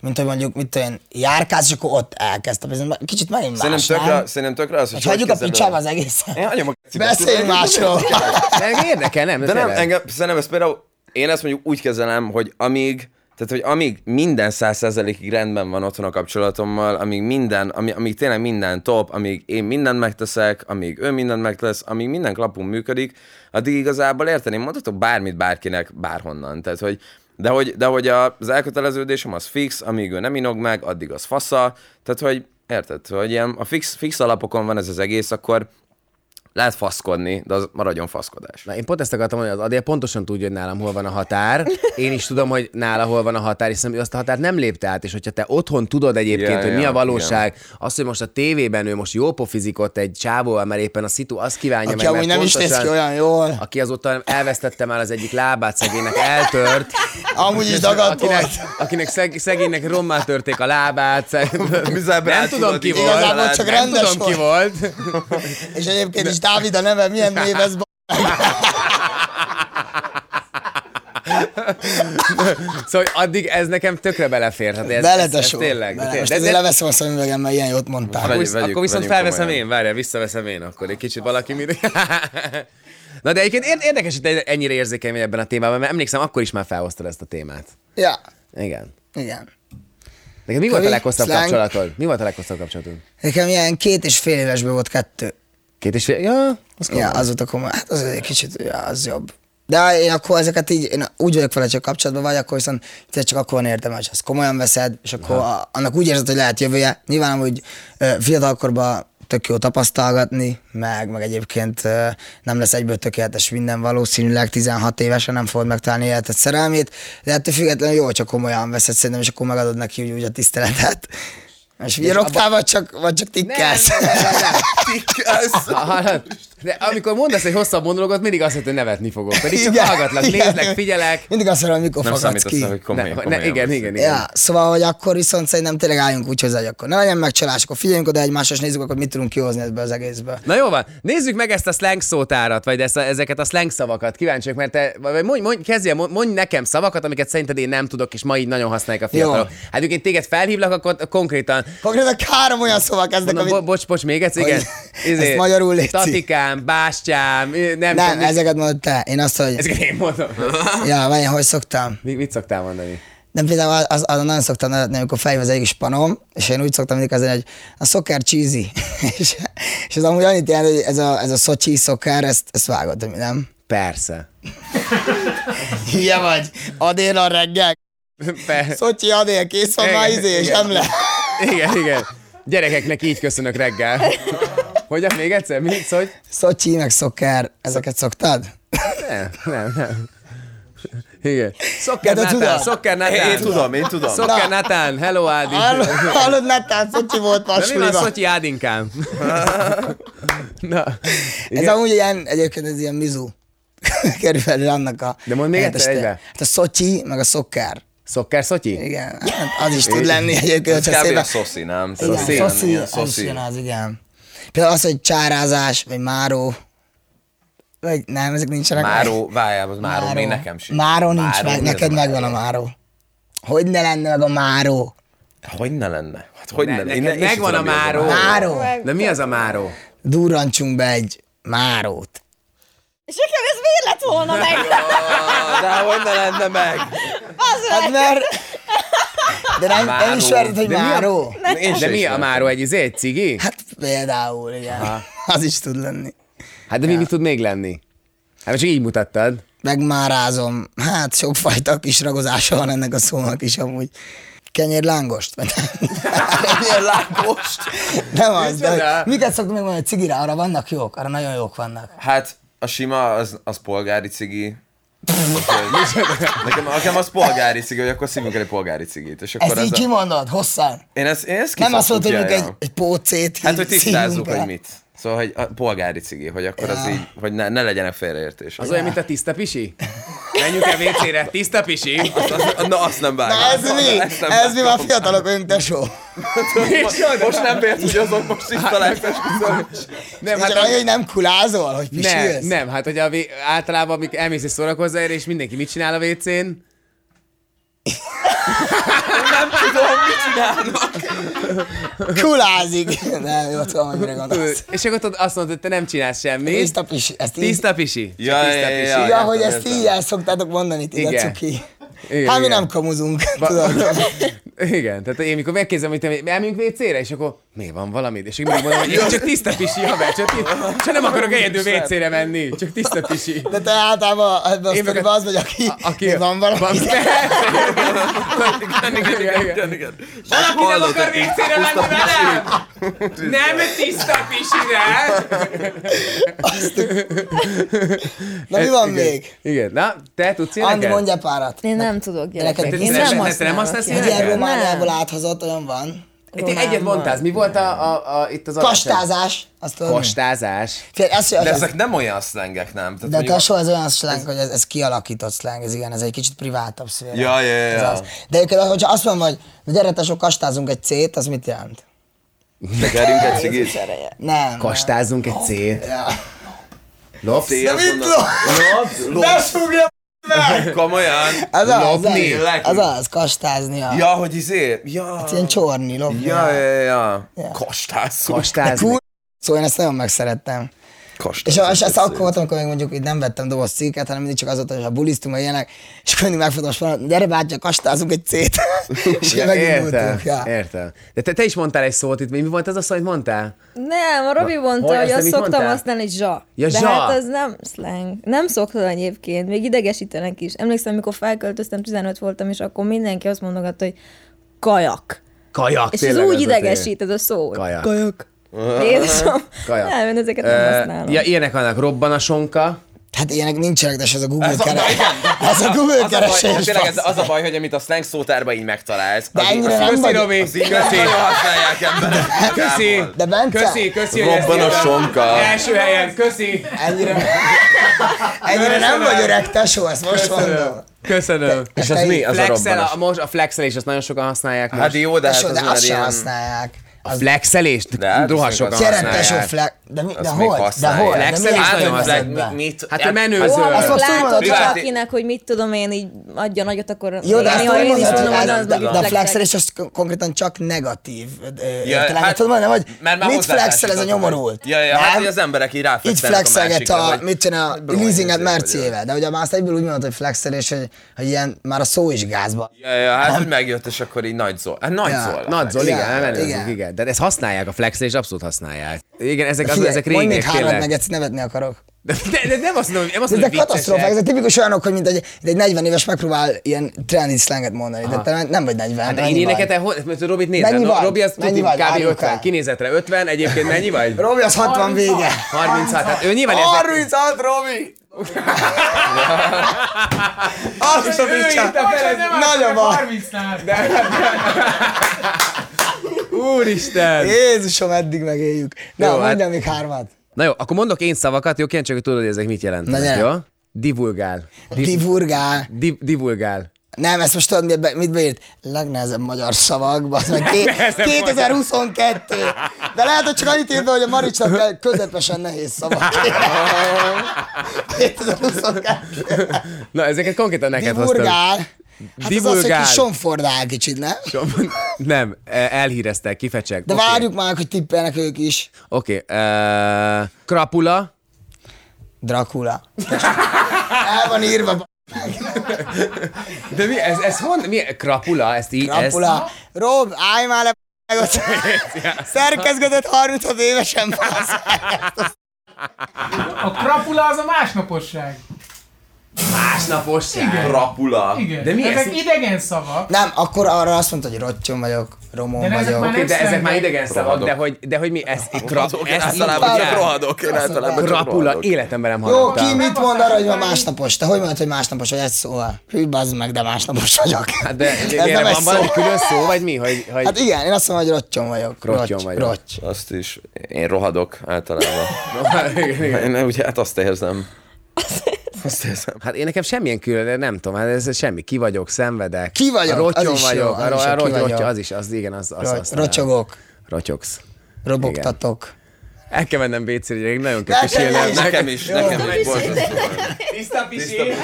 mint hogy mondjuk, mit tudom én, járkálsz, és akkor ott elkezdtem. Ez kicsit megint más, Szerintem tökre, nem? szerintem tökre az, hogy Hogy hagyjuk a kezeled. picsába az egészen. Én hagyom a kicsit. Beszéljünk másról. De engem érdekel, nem? De nem, tényleg. engem, szerintem ez például, én ezt mondjuk úgy kezelem, hogy amíg, tehát, hogy amíg minden száz százalékig rendben van otthon a kapcsolatommal, amíg minden, ami, amíg tényleg minden top, amíg én mindent megteszek, amíg ő mindent megtesz, amíg minden klapunk működik, addig igazából érteni, mondhatok bármit bárkinek, bárhonnan. Tehát, hogy de hogy, de hogy az elköteleződésem az fix, amíg ő nem inog meg, addig az fasza. Tehát, hogy érted, hogy ilyen a fix, fix alapokon van ez az egész, akkor lehet faszkodni, de az maradjon faszkodás. Na, én pont ezt akartam mondani, az Adél pontosan tudja, hogy nálam hol van a határ. Én is tudom, hogy nála hol van a határ, hiszen ő azt a határt nem lépte át, és hogyha te otthon tudod egyébként, Ja, hogy mi ja, a valóság, az, hogy most a tévében ő most jó pofizikott egy csávóval, mert éppen a szitu azt kívánja Aki meg, mert amúgy nem is néz ki pontosan- olyan jól. Aki azóta elvesztette már az egyik lábát, szegénynek eltört, Amúgy is dagadt akinek, volt. akinek szeg, szegénynek rommá törték a lábát, szeg... Bizább nem át tudom tudod ki így volt, igazából csak nem rendes tudom ki volt. És egyébként is Dávid a neve, milyen név ez, b- Szóval hogy addig ez nekem tökre belefér. Hát ez, ez, ez Beletesó. tényleg. Bele. Most de- de- azért leveszem a szemüvegem, mert ilyen jót mondtál. Vagy- Akkor, Vegyük- vegyük, akkor viszont vegyük felveszem komolyan. én, várjál, visszaveszem én akkor egy kicsit valaki mindig. Na de egyébként ér- érdekes, hogy te ennyire érzékeny vagy ebben a témában, mert emlékszem, akkor is már felhoztad ezt a témát. Ja, Igen. igen. Neked mi volt a Kövi, leghosszabb slang. kapcsolatod? Mi volt a leghosszabb kapcsolatod? Nekem ilyen két és fél évesből volt kettő. Két és fél? Ja, az komoly. Ja, az volt a komoly. Hát az egy kicsit, ja, az jobb. De én akkor ezeket így, én úgy vagyok vele, csak kapcsolatban vagy, akkor viszont tényleg csak akkor van értelme, hogy ezt komolyan veszed, és akkor Hát. a, annak úgy érzed, hogy lehet jövője. Nyilván, hogy fiatalkorban tök jó tapasztalgatni, meg, meg egyébként ö, nem lesz egyből tökéletes minden valószínűleg 16 évesen nem fogod megtalálni életed szerelmét, de ettől függetlenül jó, csak komolyan veszed szerintem, és akkor megadod neki úgy, úgy a tiszteletet. És ugye roktál, vagy csak, vagy csak tikkelsz? Nem, nem, nem, nem, nem. Hallod? De amikor mondasz egy hosszabb monológot, mindig azt hiszed, hogy nevetni fogok. Pedig csak Igen. hallgatlak, Igen. nézlek, figyelek. Mindig azt mondom, mikor Nem fogadsz ki. számítottam, hogy komolyan, Ne, komolyan ne, igen, beszél. igen, igen. Ja, szóval, hogy akkor viszont szerintem tényleg álljunk úgy hozzá, hogy akkor ne legyen megcsalás, akkor figyeljünk oda egymásra, és nézzük, akkor mit tudunk kihozni ebből az egészből. Na jó van, nézzük meg ezt a slang szótárat, vagy ezt a, ezeket a slang szavakat. Kíváncsiak, mert te, vagy mondj, mondj, kezdjél, mondj, mondj nekem szavakat, amiket szerinted én nem tudok, és ma így nagyon használják a fiatalok. Jó. Hát egyébként téged felhívlak, akkor konkrétan Konkrétan három olyan szóval kezdek, Mondom, bo- amit... bocs, bocs, még egyszer, igen. Izé, Hogy- ezt magyarul létszik. Tatikám, bástyám, ö, nem, Nem, tudom, mi- ezeket mondod te. Én azt, hogy... ezeket én mondom. Ja, vagy én hogy szoktam. Mi, mit szoktál mondani? Nem például az, az, azon nagyon szoktam nevetni, amikor felhív az egyik spanom, és én úgy szoktam mindig kezdeni, hogy a szoker cheesy. és, és az amúgy annyit jelent, hogy ez a, ez a szocsi szoker, ezt, ezt vágod, Tomi, nem? Persze. Hülye vagy, adél a reggel. Persze. Szocsi adél, kész van már izé, és nem le. Igen, igen. Gyerekeknek így köszönök reggel. Hogyan még egyszer? Mit, hogy? Szocsi, meg szoker, ezeket szoktad? Nem, nem, nem. Igen. Szokker De te Natán, tudod? Szokker Natán. Hát, Én tudom, én tudom. Szokker Natán, hello Ádi. Hallod, hallod Netán, Szocsi volt már Na, mi van suliba. Szotyi Ádinkám? Na, Ez amúgy ilyen, egyébként ez ilyen mizu. Körülbelül annak a... De mondd még egyszer helyetteste. egybe. Hát a szocsi, meg a szoker. Szokker Szotyi? Igen, hát az is tud lenni egyébként, Ez hogyha kb. a szépen... szoszi, nem? Igen, Szoszi, szoszi, ilyen az is jön az, igen. Például az, hogy csárázás, vagy máró, vagy nem, ezek nincsenek. meg. Máró, várjál, az Máró, még nekem sincs. Máró nincs meg, mi az neked a megvan a máró. Hogy ne lenne meg a máró? Hogy ne lenne? Hát hogy Ne- ne, lenne? neked Én ne- én sem megvan tudom, a mi az Máró. Máró? Na mi az a Máró? Durrancsunk be egy márót. És nekem ez miért lett volna meg? Ah, De hogy ne lenne meg? Hát mert... De nem, nem Máró. ismered, hogy De mi a- máró? Én De sem mi a ismerem. Máró? Egy izé, egy cigi? Hát például, igen. Az is tud lenni. Hát de mi, mi tud még lenni? Hát most csak így mutattad. Megmárázom. Hát sokfajta kis ragozása van ennek a szónak is amúgy. Kenyérlángost? Vagy nem? Kenyérlángost? Nem az, de Micsoda? hogy miket szoktunk még mondani, cigire, arra vannak jók, arra nagyon jók vannak. Hát a sima az, az polgári cigi. Úgyhogy- nekem, nekem az polgári cigi, hogy akkor szívunk el egy polgári cigit. És akkor Ezt így ez a, kimondod, hosszan. én ezt, én ezt Nem azt kiszapjuk, mondod, hogy jaj, mondjuk egy, jaj. egy pócét Hát, hogy így tisztázzuk, szívunk hogy bele. mit. Szóval, hogy a polgári cigi, hogy akkor az így, hogy ne, ne legyenek félreértések. Az olyan, mint a tiszta pisi? Menjünk el WC-re, tiszta pisi? Az- Na, azt nem vágom. Na ez mi? Ezt nem Ez mi vágom. már fiatalok vagyunk, tesó. Most, most nem vért, hogy azok most is találkozunk. Nem, Hát hát és a... olyan, hogy nem kulázol, hogy Nem, pisilsz? nem, hát hogy a vé- általában amik elmész és szórakozzáért, és mindenki mit csinál a WC-n? Kulázik. Nem, jó, tudom, hogy mire gondolsz. És akkor tudod, azt mondod, hogy te nem csinálsz semmit. Tiszta pisi, ezt így Tiszta pisi. Ja, Csak tiszta ja, ja, pisi. ja. Ja, hogy ezt értem. így el szoktátok mondani, ti Igen. a cuki. Igen, Hát mi igen. nem kamuzunk, Ba- tudod. Igen, tehát én mikor megkérdezem, hogy te elmegyünk WC-re, és akkor miért van valamit? És én mindig mondom, hogy én csak tiszta pisi, haver, csak, ti- csak nem akarok egyedül WC-re menni, csak tiszta pisi. De te általában ebben a Én meg a- sztoriban az vagy, aki, A- aki van valami. Van, Valaki nem akar végcére menni velem? Nem tiszta pisire! Na mi van igen. még? Igen, na, te tudsz Andi, ilyeneket? mondja párat. Én nem tudok gyerekek. neked Én tisztelt- nem te nem használsz használok Egy ilyeneket. ilyen ilyeneket? Romániából áthozott, olyan van. Te egyet mondtál, mi volt a, a, a itt az adás? Kastázás, azt tudom. Kastázás. Fél, ez, De ez, ezek nem olyan szlengek, nem? Tehát de a mondjuk- tesó az olyan slang, hogy ez, ez kialakított slang, ez igen, ez egy kicsit privátabb szféra. Ja, ja, ja, Ez ja. az. De egyébként, hogyha azt mondom, hogy gyere tesó, kastázunk egy C-t, az mit jelent? Tekerünk egy cigit. Nem. Kastázunk egy cél. Lopsz? Cél, azt mondod, lopsz, lopsz. fogja Komolyan. Az az, az, Lopni. az, az, kastázni a... Ja, hogy izé. Ja. Ilyen csorni, lopni. Ja, ja, ja. Ja. Kastászunk. Kastázni. Cool. Szóval én ezt nagyon megszerettem. És, Kastászunk. és ezt akkor volt, amikor még mondjuk így nem vettem doboz cikket, hanem mindig csak azóta, hogy a bulisztunk, vagy ilyenek, és akkor mindig megfogtam a spanalat, gyere bátya, kastázunk egy cét. és ja, Ja, értem, megindultunk. Ja. értem. De te, te is mondtál egy szót itt, mi mi volt az a szó, amit mondtál? Nem, a Robi mondta, Hol, hogy azt azt mit szoktam mondtál? használni, hogy zsa. Ja, De zsa. hát az nem slang. Nem szoktam egyébként, még idegesítenek is. Emlékszem, amikor felköltöztem, 15 voltam, és akkor mindenki azt mondogatta, hogy kajak. Kajak, És ez tényleg úgy az a tévé. idegesít ez a szó. Kajak. Kajak. Jézusom. Kajak. Nem, én ezeket Ö, nem használom. Ja, ilyenek vannak, robbanasonka, Hát ilyenek nincsenek, de ez a Google Ez a- keresés. igen. Ez a Google az a baj, keresés. tényleg ez, fasz. az a baj, hogy amit a slang szótárban így megtalálsz. De az így- ennyire azt nem Köszi, vagy- Robi. így nem Köszi. nagyon használják emberek. Köszi. De Bence? Köszi, köszi. hogy Robban ezt a írtad. sonka. Első helyen, köszi. Ennyire, ennyire nem Köszönöm. vagy öreg, tesó, ezt most mondom. Köszönöm. És az mi? Az a Flexel, robbanás. a, most a flexelés, azt nagyon sokan használják most. Hát jó, de hát Tesó, az de már azt sem ilyen... használják. a flexelést? De hát, Roha azt sokan mondjuk, Gyere, használják. tesó, használják. flex. De, mi, de Azt még hol? De használják. hol? De Flexel milyen is nagyon környezetben? használják. Mi- mit- Hát a hát- menőző. Ó, Azt Azt most most látod tudod, valakinek, hogy mit tudom én, így adja nagyot, akkor Jó, de ezt néha tudom én is tudom, hogy mondani, az de, de nagyot a flexel flexek. és az kon- konkrétan csak negatív Ja, ja, hát, hát- tudom mondani, vagy Mert már mit hozzátársítottak, flexel ez a nyomorult? hogy- Ja, ja, hát, Nem? hogy az emberek így így ráflexelnek flexelget másikra, a, hogy- mit csinál, a Bro, leasinget ezért vagyok. mercével, de ugye már azt egyből úgy mondod, hogy flexelés, hogy, hogy ilyen, már a szó is gázba. Ja, ja, hát hogy megjött, és akkor így nagy zol. Hát nagy Ja. zol. Nagy Zoli, Igen, igen, menőzők, igen. igen. De ezt használják, a flexelést abszolút használják. Igen, ezek, az, Figyelj, ezek Mondj még régek, hármat meg tényleg. egyszer nevetni akarok. De, de, de, nem azt mondom, nem azt De, mondom, de hogy katasztrófák, viccesek. ezek tipikus olyanok, hogy mint egy, egy 40 éves megpróbál ilyen trendy slanget mondani, de te nem vagy 40. Hát de mennyi én vagy? éneket, el- hol- mert Robit nézem. Mennyi No, vagy? Robi az Mennyi tudjuk vagy? kb. Árjuk 50, el. kinézetre 50, egyébként mennyi vagy? Robi az 60 vége. 36, hát ő nyilván ezek- 36, Robi! Azt a picsa! Nagyon van! Úristen! Jézusom, eddig megéljük. Na, Jó, hát- mondjam még hármat. Na jó, akkor mondok én szavakat, jó? Kíváncsi, vagyok, hogy tudod, hogy ezek mit Na, jelentenek, gyere. jó? Divulgál. Di- Divulgál. di- divulgál. Nem, ezt most tudod, mit be- mit beírt? Legnehezebb magyar szavak, az meg ké- 2022. De lehet, hogy csak annyit írt be, hogy a Maricsnak kell közepesen nehéz szavak. 2022. Na, ezeket konkrétan neked hoztam. Divulgál. Hát Divulgál. az az, hogy Divulgál. kis sonfordál kicsit, nem? Nem, e- elhíreztek, kifecsek. De Oké. várjuk már, hogy tippelnek ők is. Oké, eh, krapula, Dracula. El van írva. b- De mi, ez, ez hon, mi, krapula, ezt így, Dracula. Rob, állj már le, b- meg ott. Szerkezgetett 36 évesen, bassz. A krapula az a másnaposság. másnaposság. Igen. Rapula. Igen. De mi ezek ez? idegen szavak. Nem, akkor arra azt mondta, hogy rottyom vagyok, romon De ezek vagyok. már nem- De ezek már idegen szavak, Rohadok. de hogy, de hogy mi, ez, kra, Én ez általában csak rohadok. Én általában csak krapula, rohadok. életemben nem Jó, hallottam. ki mit Nem mond azt arra, hogy ma mondani. másnapos? Te hogy mondod, hogy másnapos vagy egy szóval? Hű, bazd meg, de másnapos vagyok. Hát de, de Ez miért nem egy van valami szó. külön szó, vagy mi? Hogy, hogy... Hát igen, én azt mondom, hogy rottyom vagyok. Rottyom Rotty, vagyok. Rotty. Azt is. Én rohadok általában. igen, igen. Én ugye hát azt érzem. Azt érzem. Hát én nekem semmilyen külön, nem tudom, hát ez semmi, ki vagyok, szenvedek. Ki vagyok, A rottyom az is jó, vagyok, az a, is jó, a, ki roty, vagyok. roty, az is, az igen, az, az, Rotty. az Rotyogok, Rotyogsz. robogtatok. El kell mennem vécére, gyerek, nagyon köszönöm. kell Sérlem. menni. Nekem is, nekem is. borzasztó. Tiszta pisé.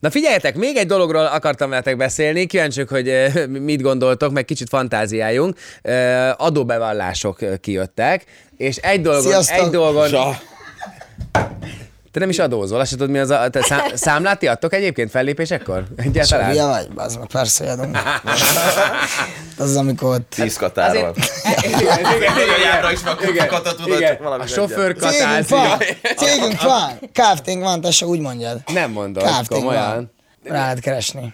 Na figyeljetek, még egy dologról akartam veletek beszélni, kíváncsiak, hogy eh, mit gondoltok, meg kicsit fantáziáljunk. Eh, Adóbevallások eh, kijöttek, és egy dolgon, Sziasztok! egy dolgon... Te nem is adózol, azt se tudod, mi az a... Te szám, számlát ti adtok egyébként fellépésekkor? Egyáltalán? Hülye vagy? Bazd meg, persze, hogy adom. Az az, amikor ott Tíz katárral. Járra is van kata, tudod, Igen, csak valami a legyen. sofőr Cégünk katázi. van, cégünk van, kft van, tesó, úgy mondjad. Nem mondod, Kft komolyan. van. Rá lehet keresni.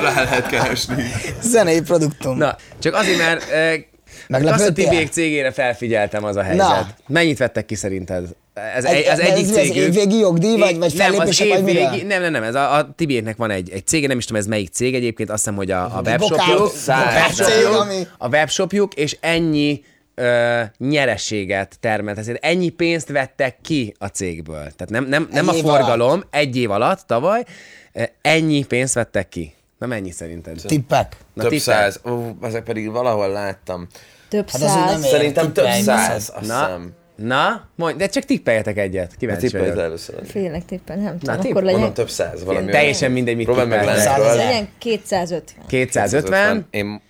Rá lehet keresni. Zenei produktum. Na, csak azért, mert eh, Meglepődtél? Kassa Tibiék cégére felfigyeltem az a helyzet. Na. Mennyit vettek ki szerinted? Ez, Egy- egy, az de ez egyik mi, az cégük. évvégi jogdíj, vagy- vagy nem, az fellépések, vagy évvégi, mivel? nem, nem, nem, ez a, a Tibiéknek van egy, egy cége, nem is tudom ez melyik cég egyébként, azt hiszem, hogy a, a webshopjuk, Bokál- a Bokál cég, ami- webshopjuk, a webshopjuk, és ennyi ö, nyereséget termelt. Ezért ennyi pénzt vettek ki a cégből. Tehát nem, nem, nem a Egy év alatt. forgalom, egy év alatt, tavaly, ö, ennyi pénzt vettek ki. Na mennyi szerinted? Tippek. Na, Több tippeld. száz. Ó, ezek pedig valahol láttam. Több Hát az úgy nem száz. ér. Szerintem több Tippelj, száz, azt Na, hiszem. Hát na, mondj, de csak tippeljetek egyet, kíváncsi Tippelj vagyok. először. Félek tippen, nem tudom, tipp, akkor Mondom, legyen, több száz, valami. Teljesen olyan. mindegy, mit Próbálj meg tippelsz. lenni. Száz ezer. legyen 250. 250. Én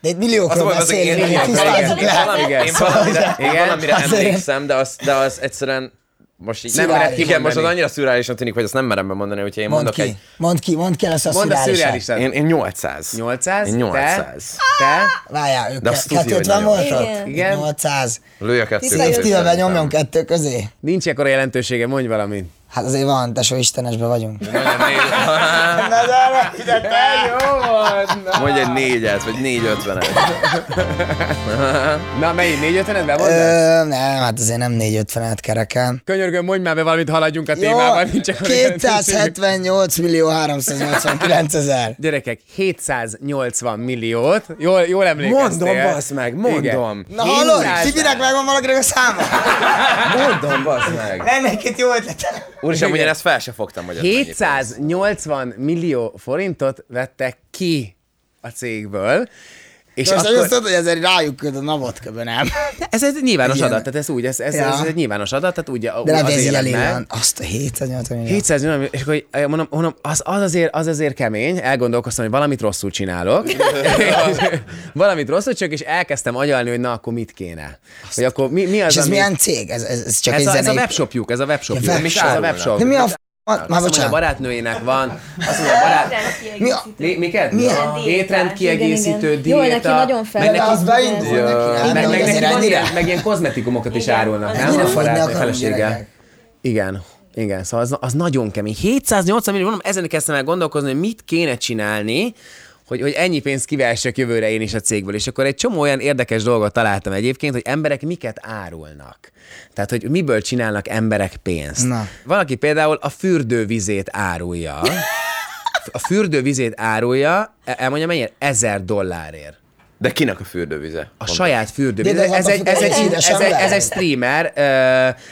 De itt milliókról az, hogy beszélünk, én- hogy én- tisztázzuk én- le. valami- Igen, Én valamire, én igen. valamire Azért- emlékszem, de az, de az egyszerűen most így Nem Igen, mered Igen, most az kimondani. annyira szürreálisan tűnik, hogy azt nem merem bemondani, hogyha én Mondd mondok ki, egy... mondd ki, mondd ki lesz a Mondd a szürális. szürreálisat. Én, én 800. 800. Én te? 800. Te? Várjál, ők De azt tudja, hogy 250 nagyon voltak? sok. Igen. 800. Lőj a kettőt. Safety-vel nyomjon kettő közé. Nincs ekkora jelentősége, mondj valamit. Hát azért van, tesó, istenesben vagyunk. Mondj egy négy- Na, de ne, ide te jó! Mondj egy négyet, vagy négy ötvenet. Na, melyik? 450 be van? Ö, nem, hát azért nem 450-et kerekem. Könyörgöm, mondj már be valamit, haladjunk a témában. nincs akkor olyan szükség. 278 millió 389 ezer. Gyerekek, 780 milliót. Jól, jól emlékeztél. Mondom, bassz meg, mondom. Na hallod? Tibinek megvan valakinek a száma? Mondom, bassz meg. Lenne egy-két jó ötletem. Úristen, ugyanezt fel se fogtam, hogy ez mennyi 780 millió forintot vettek ki a cégből, és És azt akkor... tudod, hogy ezért rájuk küld a navot köbben, nem? Ez egy nyilvános Ilyen. adat, tehát ez úgy, ez, ez, Ja. ez, ez egy nyilvános adat, tehát úgy De nem azért ez jelent meg. ilyen Azt a 780 millió. 780 millió, és akkor eh, mondom, mondom az, az, azért, az azért kemény, elgondolkoztam, hogy valamit rosszul csinálok. valamit rosszul csak és elkezdtem agyalni, hogy na, akkor mit kéne. Hogy akkor mi, mi az, És ez ami... milyen cég? Ez, ez, ez csak ez, egy a, ez a zenei... webshopjuk, ez a webshopjuk. Ja, Ja, webshop. ez a webshop. De mi a f... Azt Már mondja, a bocsánat. barátnőjének van, azt mondja, a barát... Mi a... Mi, miket? Mi Milyen? Étrendkiegészítő Igen, igen. Jó, diéta. neki nagyon fel- Meg De neki az beindul Ja. neki, meg, nem? meg Hogy neki azért van ennyire? ilyen, meg ilyen kozmetikumokat is árulnak, nem? Ennyire A fogyni barátnő akarom, feleséggel. gyerekek. Igen, igen, szóval az, az nagyon kemény. 780 millió, mondom, ezen kezdtem el gondolkozni, hogy mit kéne csinálni, hogy, hogy ennyi pénzt kivehessek jövőre én is a cégből. És akkor egy csomó olyan érdekes dolgot találtam egyébként, hogy emberek miket árulnak. Tehát, hogy miből csinálnak emberek pénzt. Na. Valaki például a fürdővizét árulja. A fürdővizét árulja, el- elmondjam mennyire? Ezer dollárért. De kinek a fürdővize? A saját fürdővíz. De- de Ez abban egy, ez, egy, fürdővíz ez, egy, ez egy streamer, ö,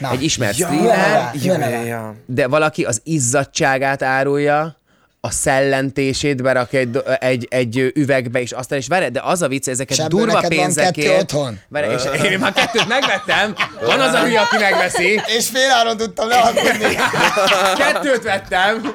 Na. egy ismert Ja, streamer, jön el. de valaki az izzadtságát árulja, a szellentését berakja egy, do- egy, egy üvegbe, és aztán is vere, de az a vicc, ezeket És ebből durva neked van kettő pénzekért. otthon? Vere, és én már kettőt megvettem, van az a hülye, aki megveszi, És féláron tudtam lealkudni. kettőt vettem,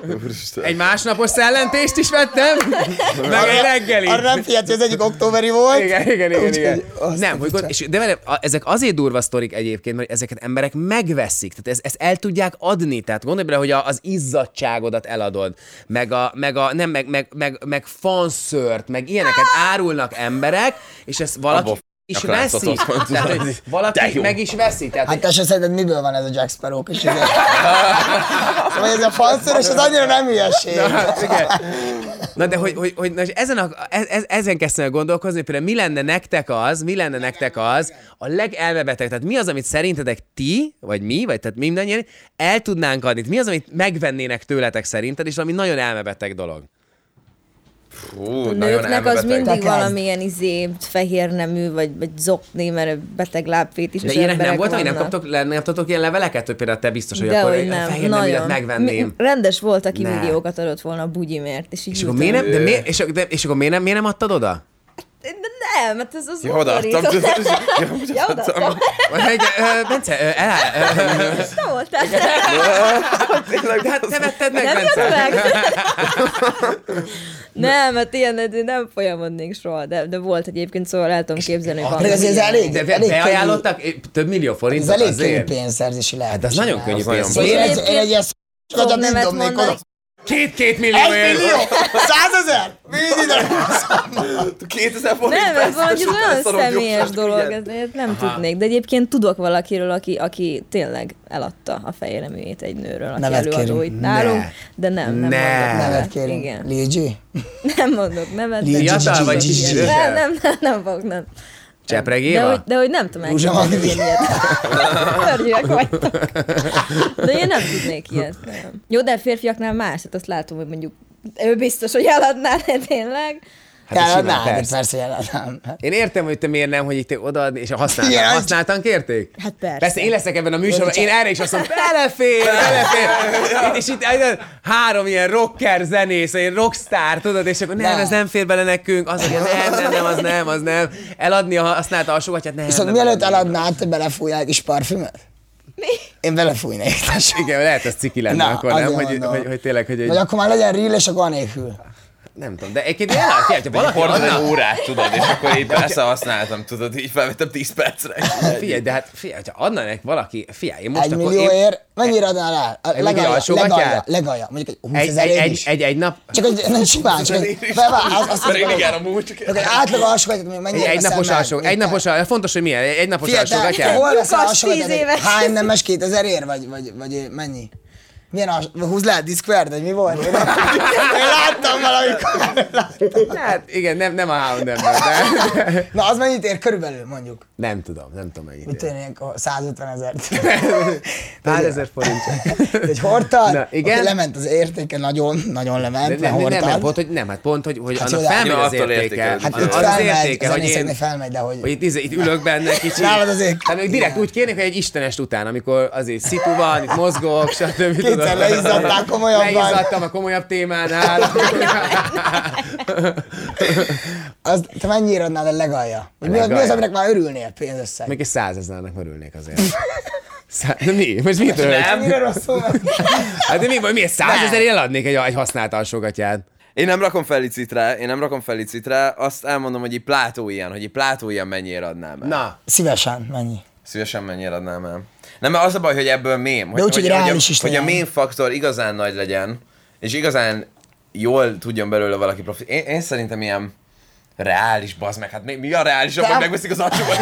egy másnapos szellentést is vettem, meg egy Arra reggelit. nem figyelt, hogy az egyik októberi volt. Igen, igen, igen. Úgyhogy igen. azt Nem, hogy gond, és, de vele, a, ezek azért durva sztorik egyébként, mert ezeket emberek megveszik, tehát ez, ezt el tudják adni, tehát gondolj bele, hogy a, az izzadságodat eladod, meg a, meg a nem, meg, meg, meg, meg fanszört, meg ilyeneket árulnak emberek, és ezt valaki Abba is f***nak veszi. látszottok. Tehát, hogy valaki jó. meg is veszi. Tehát, Hát te se szerinted miből van ez a Jack Sparrow kis izé? üveg? Szóval ez a fanszörös, az annyira nem hülyeség. Hát, igen. Na de hogy, hogy, hogy na, és ezen, a, ez, ez- ezen kezdtem el gondolkozni, hogy például mi lenne nektek az, mi lenne nektek az a legelmebeteg, tehát mi az, amit szerintetek ti, vagy mi, vagy tehát mindannyian el tudnánk adni, mi az, amit megvennének tőletek szerinted, és ami nagyon elmebeteg dolog. Hú, A nagyon nőknek az elmebeteg. mindig Te kezd. valamilyen izé, fehér nemű, vagy, vagy zokni, mert beteg lábfét is. De ilyenek nem volt, hogy nem kaptok, le- nem kaptok ilyen leveleket, hogy például te biztos, hogy akkor egy fehér neműlet megvenném. rendes volt, aki Ne. milliókat adott volna a bugyimért, és így és akkor ültem. miért nem, de miért, és, de, és akkor miért nem, miért nem adtad oda? De nem, mert ez az Ja, odaadtam. undorító. Ja, Ja, odaadtam. odaadtam. Egy, ö, Bence, ö, el, ö, Te voltál. de hát te vetted meg, Nem jött Bence. meg. Nem, hát ilyen de nem folyamodnék soha, de, de volt egyébként, szóval el tudom képzelni, hogy Meg van. azért ez elég, De elég be- könnyű- beajánlottak eh, több millió Ez forintot elég könnyű azért. pénzszerzési lehet. De az Hát nagyon könnyű Az nagyon pénz. Én Én egy, én egy ilyen szakadat nem nevet dobnék mondani. oda. Két-két Egy millió millió? Százezer? Mind ide. 2000 forint Nem, ez valami vesztes, olyan szarom, személyes jobbság, dolog, igen. ezért nem tudnék. De egyébként tudok valakiről, aki, aki tényleg eladta a fejéreműjét egy nőről, aki Nevet előadó kérünk. itt nálunk, de nem, nem Ne. mondok Nevet nevet. kérünk. Igen, Légy. nem mondok nevet. de- Légy. Fiatal vagy Gigi, Gigi. idősebb? Nem, nem, nem, nem fogok, nem. Csepreg De Éva? hogy, de hogy nem tudom Rúzsa elképzelni, hogy Magdi. ilyet. Pörgyűek vagytok. De én nem tudnék ilyet. Nem. Jó, de a férfiaknál más, hát azt látom, hogy mondjuk ő biztos, hogy eladná, de tényleg. de simán, Hát persze. persze, jeladnám. Én értem, hogy te miért nem, hogy itt odaadni, és használtan, Igen. használtan kérték? Hát persze. Persze én leszek ebben a műsorban, én erre is azt mondom, belefér, belefér. Itt- és itt egy- három ilyen rocker zenész, egy rockstar, tudod, és akkor nem, Ne. ez nem fér bele nekünk, az, hogy nem, nem, nem, az nem, az nem. Eladni a használt alsógatját, nem. Viszont nem, mielőtt nem. eladnád, te belefújnál egy kis parfümöt? Én belefújnék. tesó. Igen, lehet ez ciki lenne Na, akkor, nem? azért Hogy, mondom. hogy, hogy, tényleg, hogy egy... Hát Vagy akkor már legyen real, és akkor anélkül. Nem tudom, de egyébként elad, figyelj, ha valaki Hordod adna- egy órát, tudod, és akkor így persze használtam, tudod, így felvettem 10 percre. Figyelj, de hát figyelj, ha adna nek valaki, figyelj, én most Egy akkor én... millióért mennyiért adnál el? A millió Legalja, alsógatját? legalja, legalja. Mondjuk egy 20 Egy, ezer egy, egy, egy, is. egy, egy nap, Csak egy, nem simán, csak egy, bevá- az, azt Mert én mondom, Hát igen, amúgy csak... hogy egy átlag alsógatját, mondjuk egy, mennyire egy veszel napos meg? alsó, egy napos alsó, fontos, hogy milyen, egy napos Figyelj, alsó, te gatyám. hol veszel Lyukas alsógatját? tíz éves. Hány nemes 2000 ér, vagy, vagy, vagy mennyi? Milyen a, húz le, Discord, vagy mi volt? Én láttam valamikor. Hát igen, nem, nem a Hounderben, de Na, az mennyit ér körülbelül, mondjuk? nem tudom, nem tudom mennyit. Mit ér. tudom, én, akkor 150 ezer. Pár ezer forint. Hogy hordtad? Na, igen. Oké, lement az értéke, nagyon, nagyon lement, De de nem, nem, nem, nem, hordtad. pont, hogy nem, hát pont, hogy, hogy Hát annak jó, de- felmegy Ja, az attól értéke. értékel. Hát Az- itt az felmegy, az zenészeknél felmegy, de hogy... hogy itt, izé- itt ülök benne kicsit. Nálad azért- Hát még direkt igen. úgy kérnék, hogy egy istenest után, amikor azért szitu van, itt mozgok, stb. tudod. Kétszer leizzadtál komolyabban. Leizzadtam a komolyabb témánál. Az, te mennyire adnád a legalja? Vagy Mi, az- mi az, legalja? aminek már örülnél pénzösszeg? Még egy százezernek örülnék azért. Szá- Na mi? Most mit örülsz? Mennyire rosszul meg? Hát de mi, mi egy százezer eladnék egy, egy használt alsógatyát? Én nem rakom fel licit rá, én nem rakom fel licit rá, azt elmondom, hogy egy plátó ilyen, hogy egy plátó ilyen mennyire adnám el. Na, Szívesen, mennyi? Szívesen mennyire adnám el. Nem, mert az a baj, hogy ebből mém. Hogy, úgy, hogy a- reális is Hogy a legyen. mém faktor igazán nagy legyen, és igazán jól tudjon belőle valaki profi. Én, én szerintem ilyen reális, bazd meg, hát mi, mi a reális, abban megveszik az acsomat.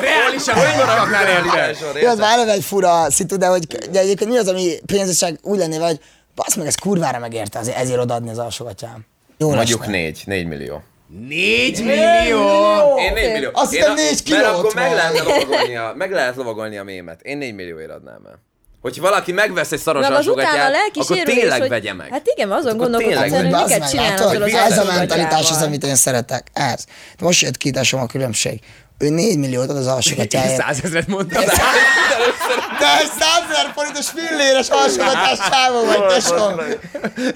Reálisan, hogy van kapnál Jó, az már eleve egy fura szitu, de hogy de egyébként mi az, ami pénzösszeg úgy lenné, vagy basz meg, ez kurvára megérte, azért ezért odaadni az alsógatyám. Jó Mondjuk esne. négy, négy millió. négy millió! Én 4 millió. Azt Én hittem a- négy Mert kilót akkor meg már. lehet, lovagolni a, meg lehet lovagolni a mémet. Én 4 millióért adnám el. Hogy valaki megvesz egy szaros Meg az utána a alsógatyát, lelki akkor sérülés, tényleg hogy- vegye meg. Hát igen, azon akkor gondolkodsz, tényleg hogy vegye Bazd miket meg, csinálnak látod? azzal az Ez a alsógatyával. mentalitás az, amit én szeretek. Ez. De most jött ki, tesóm, a különbség. Ő 4 milliót ad az alsógatyáért. Százezret mondtam. De ez 100 ezer forintos filléres alsógatás sávon vagy, tesóm.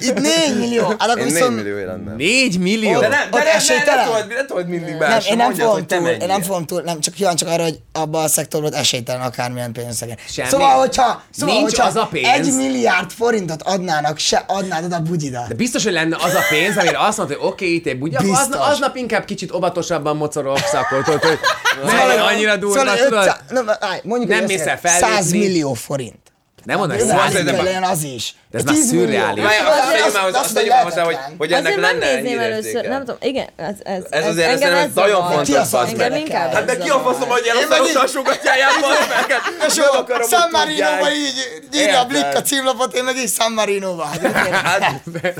Itt 4 millió. Hát akkor Én Hát 4 viszont... millióért adnám. Négy millió? De nem, de Ott nem, nem, esélytelen. nem, tudod, nem tudod mindig Nem, más. én nem mondjad, fogom hogy te túl, én mennyire. nem fogom túl, nem, csak kíváncsi vagyok arra, hogy abban a szektorban esélytelen akármilyen pénzszegen. Semmi. Szóval, hogyha, szóval, Nincs hogyha az a pénz. egy milliárd forintot adnának, se adnád oda bugyida. De biztos, hogy lenne az a pénz, amire azt mondta, hogy oké, itt egy bugya, akkor Biztos. aznap, aznap inkább kicsit óvatosabban mocorogsz, akkor tudod, hogy Szóval, ne annyira durva, tudod? 500 nem, állj, mondjuk, Nem hogy mész el össze- 100 fellépni. millió forint. Nem mondom, hogy Ez száz az, de- millió. legyen az is. De ez már 10 millió. szürreális. Várjál, Az- azt tegyük az- már hozzá, azt azt tegyük már hozzá, hogy, lehetetlen. hogy ennek Azért nem lenne nézném először, hírértéke. nem tudom, igen, ez, ez, Ez azért engem szerintem ez nagyon zavar. fontos, Ki a fasz Engem meg? inkább Hát de ez ki a faszom, zavar. hogy el a Én meg így- szaros alsógatyáját, bazd meg, hát nem akarom, hogy San Marino-ba tudják. így, így írja a Érted? Blikka címlapot, én meg így San Marino-ba. Hát,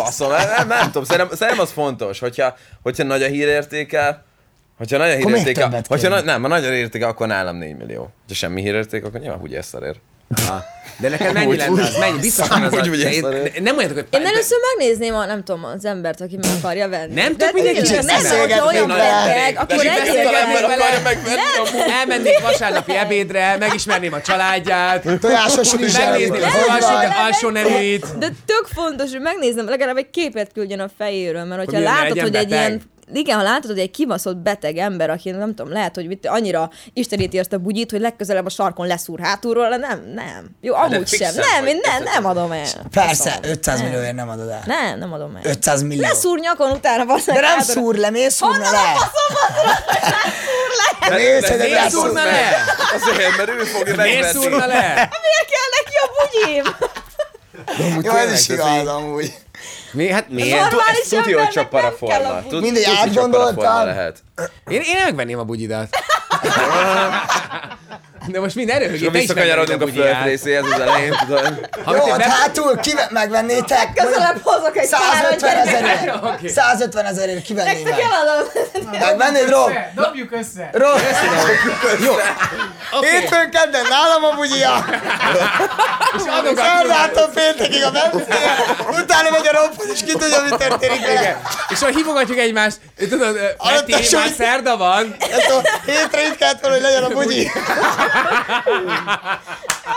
faszom, nem, nem tudom, szerintem, szerintem az fontos, hogyha, hogyha nagy a hírértéke, hogyha nagy a Akkor miért hírértéke, többet hogyha kérni? na, nem, ha nagy a hírértéke, akkor nálam 4 millió. Ha semmi hírérték, akkor nyilván úgy ezt elér. De neked mennyi lenne az? Mennyi? Biztos van az a... Úgy, úgy, de- úgy, Nem mondjátok, hogy... Én először megnézném a, nem tudom, az embert, aki meg akarja venni. Nem De tök mindenki tényleg, csak nem, hogyha olyan beszélgetni beteg, vele. akkor Csak egyébként beszélgetni meg- vele. megvenni Elmennék vasárnapi ebédre, megismerném a családját, Tojásos is megnézném az Hogy alsó, van? alsó nevét. De tök fontos, hogy megnézem, legalább egy képet küldjön a fejéről, mert hogyha mi lenne, látod, legyen hogy egy beteg? ilyen igen, ha látod, hogy egy kibaszott beteg ember, aki nem tudom, lehet, hogy mit, annyira isteníti ezt a bugyit, hogy legközelebb a sarkon leszúr hátulról, de nem, nem. Jó, Hát amúgy sem. fixen Nem, vagy, én nem, érted? nem adom el. Persze, 500 millióért nem adod el. Nem, nem adom el. 500 millió. Leszúr nyakon utána, basz meg De nem hátulról. szúr le, miért szúrna le? Nézd, hogy Miért lesz. szúrna le? Azért, mert ő fogja Miért szúrna megvenni. le? Hát Miért kell neki a bugyim? Jó, ez is igaz amúgy. Mi, hát miért? Normális Ez tudja, hogy csak embernek nem kell a paraforma. bugy. Tud- Mindegy, tudja, csak átgondoltam. paraforma lehet. Én, én megvenném a bugyidat. De most mind És erőhögé, akkor te is megvennéd visszakanyarodunk a a föld bugyidát. részéhez az elején, tudod. Ha Jó, te ott be- hátul kive- megvennétek. Közelebb hozok egy kárát, 150 gyerekek. Oké. ezerért. 150 ezerért kivenném Nektek eladom. meg. Megvennéd, Rob? Össze, Dobjuk össze. Rob? Hétfőn kedden nálam a bugyia. Adok a Szerdától péntekig a bencére. Utána megy a Robhoz, és ki tudja, mi történik vele. És akkor hívogatjuk egymást, tudod, ö, Alatt Peti, a már súly- szerda van, Ezt a hétre itt kellett volna, hogy legyen a bugyi.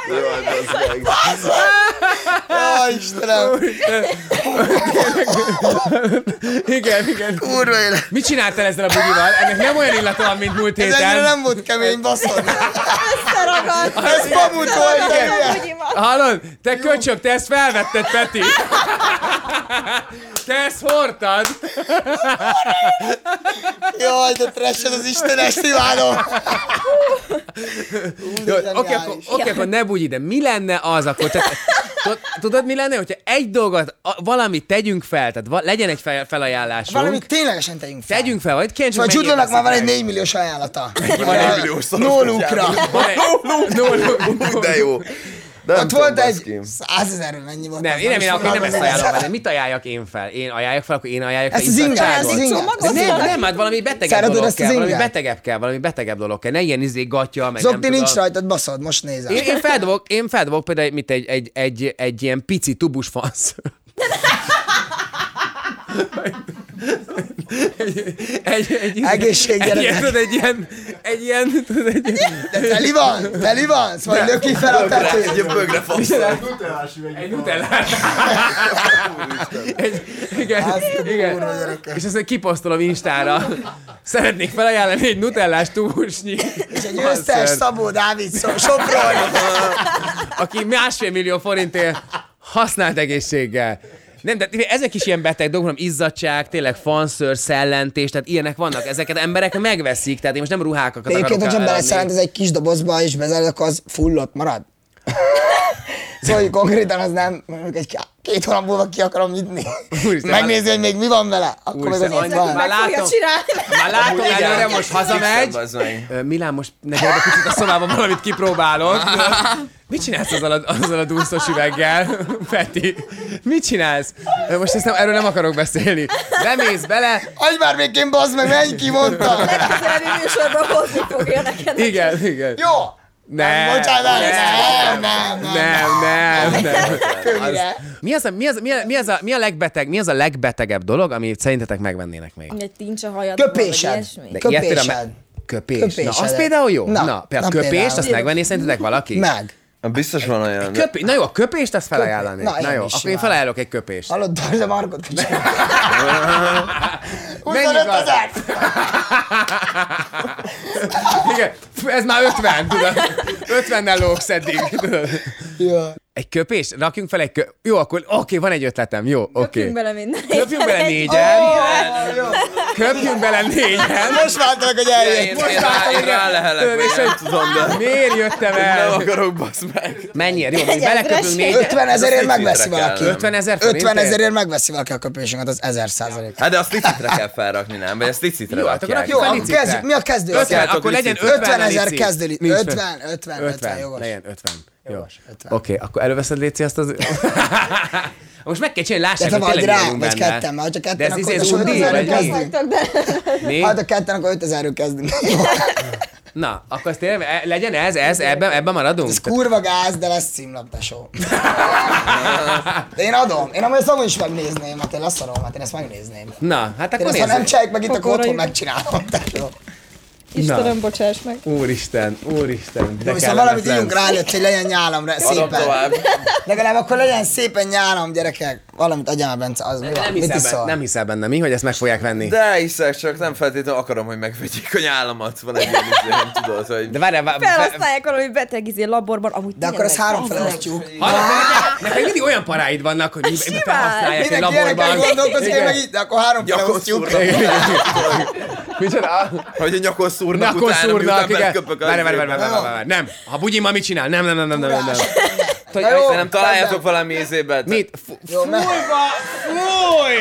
Jaj, Istenem. igen, igen. Kurva élet. Mit csináltál ezzel a bugyival? Ennek nem olyan illata van, mint múlt Ez ennyire héten. nem volt kemény, basszod. Összeragadt. Ez pamut volt, Igen. igen. A bugyimat. Hallod? Te köcsög, te ezt felvetted, Peti. Te ezt hordtad. Jaj, de trash az Isten, ezt imádom. Jó, Oké, okay, akkor, okay, akkor ne bugyi, de mi lenne az akkor? Tehát, tud- tudod, mi lenne, hogyha egy dolgot, a, valamit tegyünk fel, tehát va, legyen egy fel, felajánlásunk. Valami ténylegesen tegyünk fel. Tegyünk fel, vagy kérdjük Vagy Judlónak Szóval már van egy 4 milliós ajánlata. Van egy milliós szoros Nólukra. No, no, no, no, no. De jó. Nem Ott tudom, volt baszki. egy 100 ezer, mennyi volt. Nem, az, én nem, én, is akkor én nem tudom, ezt hogy ajánlom, ez- de mit ajánljak én fel? Én ajánljak fel, akkor én ajánljak fel Ezt az izzadságot. ingát, az ingát. De nem, nem, hát valami betegebb Száradod dolog ezt az kell, valami ingát? betegebb kell, valami betegebb dolog kell. Ne ilyen izé gatya, meg nem Zokni tudom. nincs rajtad, baszod, most nézem. Én, én feldobok, én feldobok például egy- mit egy, egy, egy, egy ilyen pici tubus fasz. Egy, egy, egy, Egészség, egy, gyerekek. ilyen, tudod, egy ilyen, egy ilyen, tudod, egy ilyen, De teli van, teli van, szóval löki fel a Egy tetőt. ilyen bögre faszol. egy nutellás. Egy, igen, igen. És aztán kiposztolom Instára. Szeretnék felajánlani egy nutellás tubusnyi. És egy összes Szabó Dávidson, Sopron. aki másfél millió forintért használt egészséggel. Nem, de ezek is ilyen beteg dolgok, hanem izzadság, tényleg fanször, szellentés, tehát ilyenek vannak. Ezeket emberek megveszik, tehát én most nem ruhákat De egyébként, akarok hogyha eladni. beleszerent ez egy kis dobozba, és bezárod, akkor az fullott marad. szóval hogy konkrétan az nem, mondjuk egy két hónap múlva ki akarom nyitni. Úristen, Megnézni, hogy még mi van vele, akkor meg Úristen, az ott annyi- már van. látom, már látom előre, most hazamegy. Bazd meg. Ö, Milán, most neked egy kicsit a szobában valamit kipróbálok. Mit csinálsz azzal a, azzal a dúszos üveggel, Peti? Mit csinálsz? Ö, Most ezt nem, erről nem akarok beszélni. Bemész bele, Adj már még én, bazd meg, menj ki, mondtam. Legközelebbi műsorban hozni fogja neked. igen, igen. Jó! Nem, Bocsánat, nem, nem, nem, nem. nem, nem, nem. Kövire. Mi az, a, mi, az, mi, a, mi, az a, mi a legbeteg, mi az a legbetegebb dolog, amit szerintetek megvennének még? Egy tincs a hajad. Köpésed. ilyet például Köpésed. me- Köpés. Köpésed. Na, az például jó. Na, Na, na például na, köpést, például. azt megvenné szerintetek valaki? Meg. Biztos van olyan. de- Köpé... Na jó, a köpést azt felajánlani. Na, Na, én jó, is akkor én simán. felajánlok egy köpést. Hallod, tartsd a Markot kicsit. Mennyi 25 van? ezer! Igen, Fú, ez már 50, tudod. 50-nel lóksz eddig. Tudod. Ja. Egy köpés? Rakjunk fel egy kö... Jó, akkor oké, van egy ötletem. Jó, oké. Köpjünk bele hát, minden. Köpjünk bele négyen. Köpjünk bele négyen. Most vártam, meg, hogy Én, eljött. én, rá, én rá lehelek, És vagy nem hogy- tudom, de Miért jöttem nem el? akarok bazd meg. Mennyiért? Jó, mondjuk beleköpünk négy. 50 ezerért egy megveszi filtre valaki. kell. 50 ezer 50 ezerért megveszi valaki a köpésünket, az 1000 százalék. Hát de azt licitre kell felrakni, nem? Vagy ezt licitre Jó, hát akkor rakják. rakjuk fel akkor licitre. kezdjük. Mi a kezdő? 50, Rakjátok akkor legyen licitre. 50 50 ezer lici. kezdő li- Nincs 50, 50, 50, 50, jogos. legyen 50. Jó. Oké, akkor előveszed Léci azt az... Most meg kell csinálni, lássák, hogy De te vagy tényleg rá, élünk vagy benne. ketten, mert ha ketten, De ez akkor izé most zundi, ötezerre vagy mi? kezdünk. Mi? Hát a ketten, akkor 5000-ről kezdünk. Na, akkor azt tényleg, e- legyen ez, ez, ebben, ebben maradunk? Ez kurva gáz, de lesz címlapta show. De én adom. Én amúgy ezt amúgy is megnézném, hát én leszarom, hát én ezt megnézném. Na, hát Én akkor ezt, ha nem nézzük. csináljuk meg itt, akkor Akkor otthon rajta. megcsinálom. tesó. Istenem, bocsáss meg. Úristen, úristen, de szóval Jó, Viszont valamit kellemetlen. ígyunk rá előtt, hogy legyen nyálamra, Adom szépen. tovább. Legalább akkor legyen szépen nyálam, gyerekek. Valamit adjál már, Bence, az mi van? Nem Mit hiszel, iszol? benne, nem hiszel benne, mi, hogy ezt meg fogják venni? De hiszek, csak nem feltétlenül akarom, hogy megvegyék a nyálamat. Van egy ilyen izé, nem tudod, hogy... De várjál, vá- Felhasználják valami beteg izé laborban, amúgy De akkor tényleg ezt három van. fel osztjuk. Hallod, neked- neked mindig olyan paráid vannak, hogy mi- felhasználják egy Mindenki ilyenekkel laborban. gondolkozik, én meg itt, de akkor három fel Nyakon osztjuk. szúrnak. Micsoda? Hogy a nyakon Na, szúrnak akkor utána, szúrnak, miután igen. beleköpök az Várj, várj, várj, izébe. várj, várj, várj, nem. Ha bugyi ma mit csinál? Nem, nem, nem, nem, nem, nem. Kurás. Hogy Na jó, de nem találjátok valami izébe? Mit? Fú- Jó, Fújva! me- Fúj!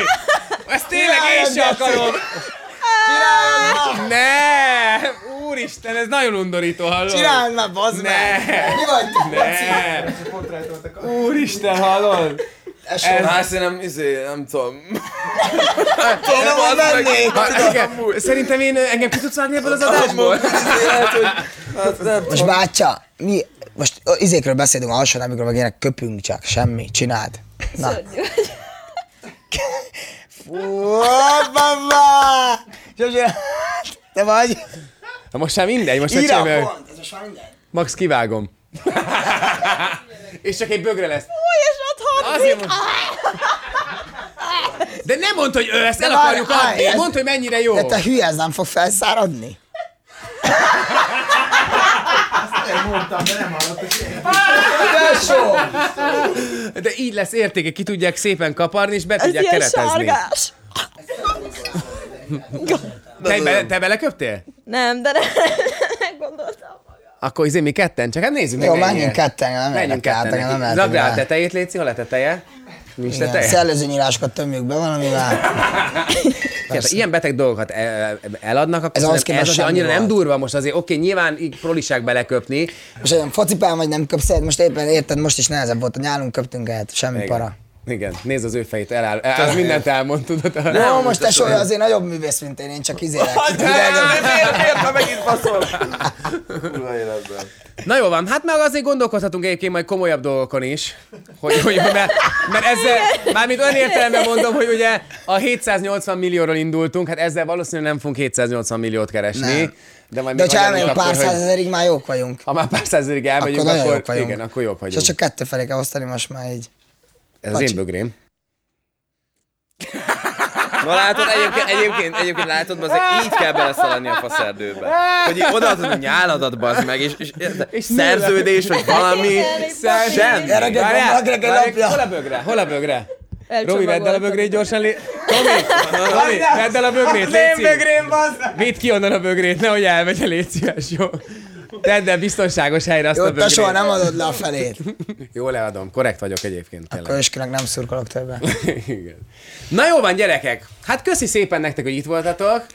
Ezt tényleg én sem Csináljad, akarom. Ne! Úristen, ez nagyon undorító, hallod? Csináld már, bazd Ne! meg! Mi vagy te? Ne! Úristen, hallod? Tesó? Hát szerintem izé, nem tudom. Én amúgy Bazd meg. mennék! Ha, igen. Szerintem én eh, engem ki tudsz vágni ebből az adásból? Izé, lehet, hogy... Hát nem tudom. Most bátya, mi, most ö, izékről beszélünk alsó, amikor meg ilyenek köpünk csak, semmi, csináld. Na. Fú, baba! Zsuzsa, hát Te vagy? Na most sem mindegy, most Írja egyszerűen- a pont, ez most már mindegy. Max, kivágom. és csak egy bögre lesz. Új, és ott Azért mond... De nem mondd, hogy ő ezt el De várj, akarjuk adni. állj, ez- Mondd, hogy mennyire jó. De te hülye, ez nem fog felszáradni? Azt nem mondtam, de nem hallottam. De így lesz értéke, ki tudják szépen kaparni, és be Ez tudják ilyen keretezni. sárgás. Te, be, te beleköptél? Nem, de nem, nem gondoltam. Akkor izé mi ketten, csak hát nézzük Jó, meg. menjünk ketten, nem Menjünk érdekel, hát engem nem ketten. lehet, Lagd rá a hogy tetejét, Léci, hol a teteje? Nincs Igen, teteje? szellőzőnyílásokat tömjük be, van, ami már... Tehát, ilyen beteg dolgokat el- eladnak, akkor Ez ez, ahhoz ez képest azért semmi annyira nem volt. durva most azért, oké, nyilván így proliság beleköpni, Most olyan focipán vagy nem köpsz, most éppen érted, most is nehezebb volt, a nyálunk köptünk el, semmi Igen. para. Igen, nézd az ő fejét, eláll, el, az mindent elmond, tudod. Nem, Ó, no, most tesó azért nagyobb művész, mint én, én csak izélek. Miért, miért, ha megint faszol? Kurva életben. Na jó van, hát meg azért gondolkozhatunk egyébként majd komolyabb dolgokon is, hogy, hogy mert, mert ezzel, mármint olyan értelemben mondom, hogy ugye a 780 millióról indultunk, hát ezzel valószínűleg nem fogunk 780 milliót keresni. Nem. De, majd De még hagyjuk ha elmegyünk akkor, pár hogy- százezerig, már jók vagyunk. Ha már pár százezerig elmegyünk, akkor akkor, nagyon jók vagyunk. igen, akkor jobb vagyunk. És csak kettő felé kell osztani most már így. Ez az én bögrém. Na látod, egyébként, egyébként, egyébként látod, bazeg, így kell beleszaladni a faszerdőbe. Hogy így odaadod a nyáladat, bazd meg, és, és, és szerződés, vagy valami. Sem. Erre kell- Várjál, Magreg egy várjál, lapja. Hol a bögre? Hol a bögre? Elcsomagoltam. Robi, vedd el a bögrét gyorsan. Lé... Tomi, Tomi, vedd el a bögrét, légy szíves. Vidd ki onnan a bögrét, nehogy elvegye, légy szíves, jó? Tedd el biztonságos helyre azt Jó, a te soha bögrét. nem adod le a felét. Jó, leadom, korrekt vagyok egyébként. tényleg. Kölyöskinek nem szurkolok többen. Igen. Na jó van, gyerekek. Hát köszi szépen nektek, hogy itt voltatok.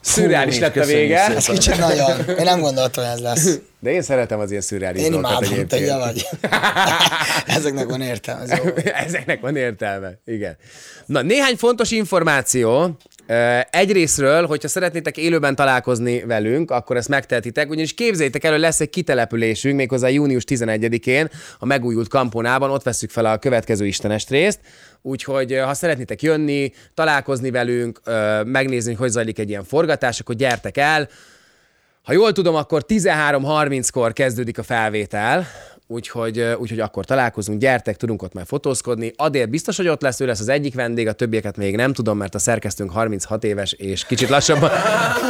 Szürreális lett a köszönjük vége. szépen. Ez kicsit nagyon. Én nem gondoltam, hogy ez lesz. De én szeretem az ilyen szürreális Én dolgokat imádom, te egyébként. ilyen vagy. Ezeknek van értelme. Ez jó. Ezeknek van értelme, igen. Na, néhány fontos információ. Ö, Egyrésztről, hogyha szeretnétek élőben találkozni velünk, akkor ezt megtehetitek, ugyanis képzeljétek el, hogy lesz egy kitelepülésünk méghozzá június 11-én a megújult kamponában, ott veszük fel a következő istenest részt, úgyhogy ö, ha szeretnétek jönni, találkozni velünk, ö, megnézni, hogy hogy zajlik egy ilyen forgatás, akkor gyertek el, ha jól tudom, akkor 13.30-kor kezdődik a felvétel, úgyhogy, ö, úgyhogy akkor találkozunk, gyertek, tudunk ott már fotózkodni. Adél biztos, hogy ott lesz, ő lesz az egyik vendég, a többieket még nem tudom, mert a szerkesztőnk 36 éves, és kicsit lassabban,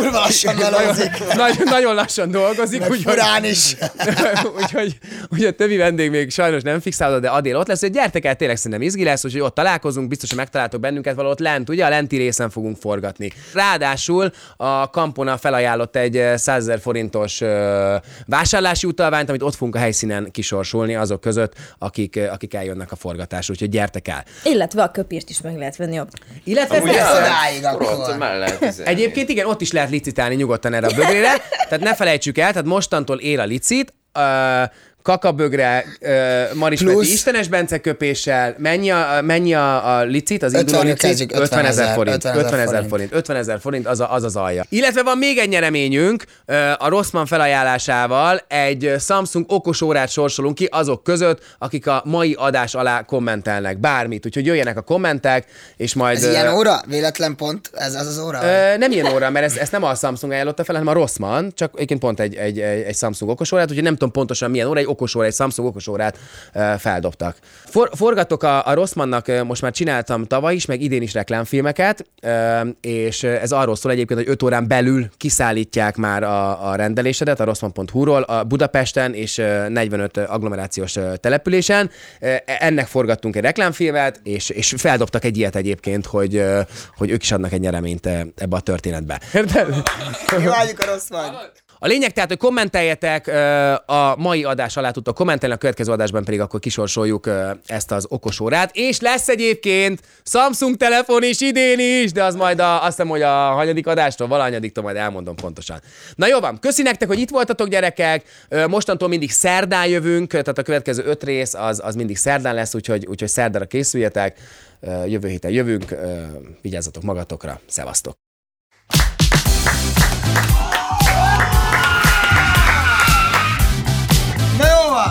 Kurva lassan melózik. nagyon, nagyon lassan dolgozik, Meg úgyhogy, furán is. úgyhogy, úgyhogy a többi vendég még sajnos nem fixálod, de Adél ott lesz, hogy gyertek el, tényleg szerintem izgi lesz, úgyhogy ott találkozunk, biztos, hogy megtaláltok bennünket valahol ott lent, ugye a lenti részen fogunk forgatni. Ráadásul a Kampona felajánlott egy eh, 100 000 forintos ö, vásárlási utalványt, amit ott fogunk a helyszínen kisorsolni azok között, akik, eh, akik eljönnek a forgatás, úgyhogy gyertek el. Illetve a köpírt is meg lehet venni a Illetve Amúgy persze- el lehet odáig akkor. kurolcod, már lehet izélni. Egyébként igen, ott is lehet licitálni nyugodtan erre a bögrére, tehát ne felejtsük el, tehát mostantól él a licit, ö, kakabögre, ö, Maris Plusz- Meti istenes bence köpéssel, mennyi a, mennyi a, a licit, az 50 induló licit? kezdjük, 50 ezer 000 forint. 50 000 50 ezer forint. 50 ezer forint, az, a, az az alja. Illetve van még egy nyereményünk, ö, a Rossmann felajánlásával egy Samsung okos órát sorsolunk ki azok között, akik a mai adás alá kommentelnek bármit, úgyhogy jöjjenek a kommentek, és majd... Ez ö, ilyen óra? Véletlen pont? Ez az az óra? Ö, nem ilyen óra, mert ezt, ezt nem a Samsung ajánlotta fel, hanem a Rossmann, csak egyébként pont egy, egy, egy, egy Samsung okosórát, úgyhogy nem tudom pontosan milyen óra, egy okosóra, egy Samsung okosórát ö, feldobtak. For, forgatok a, a Rossmannnak, ö, most már csináltam tavaly is, meg idén is reklámfilmeket, ö, és ö, ez arról szól egyébként, hogy 5 órán belül kiszállítják már a, a rendelésedet a rossmann.hu-ról a Budapesten és ö, 45 agglomerációs ö, településen. Ö, e, Ennek forgattunk egy reklámfilmet, és, és feldobtak egy ilyet egyébként, hogy, ö, hogy ők is adnak egy nyereményt ö, ebbe a történetbe. Érted? Kívánjuk a rossz vagy. A lényeg tehát, hogy kommenteljetek, ö, a mai adás alá tudtok kommentelni, a következő adásban pedig akkor kisorsoljuk ö, ezt az okosórát, és lesz egyébként Samsung telefon is idén is, de az majd a, azt hiszem, hogy a hanyadik adástól, valahanyadiktól majd elmondom pontosan. Na jó van, köszi nektek, hogy itt voltatok gyerekek, Ö, mostantól mindig szerdán jövünk, ö, tehát a következő öt rész az, az mindig szerdán lesz, úgyhogy, úgyhogy szerdára készüljetek, Ö, jövő héten jövünk, Ö, vigyázzatok magatokra, szevasztok! Na jó van.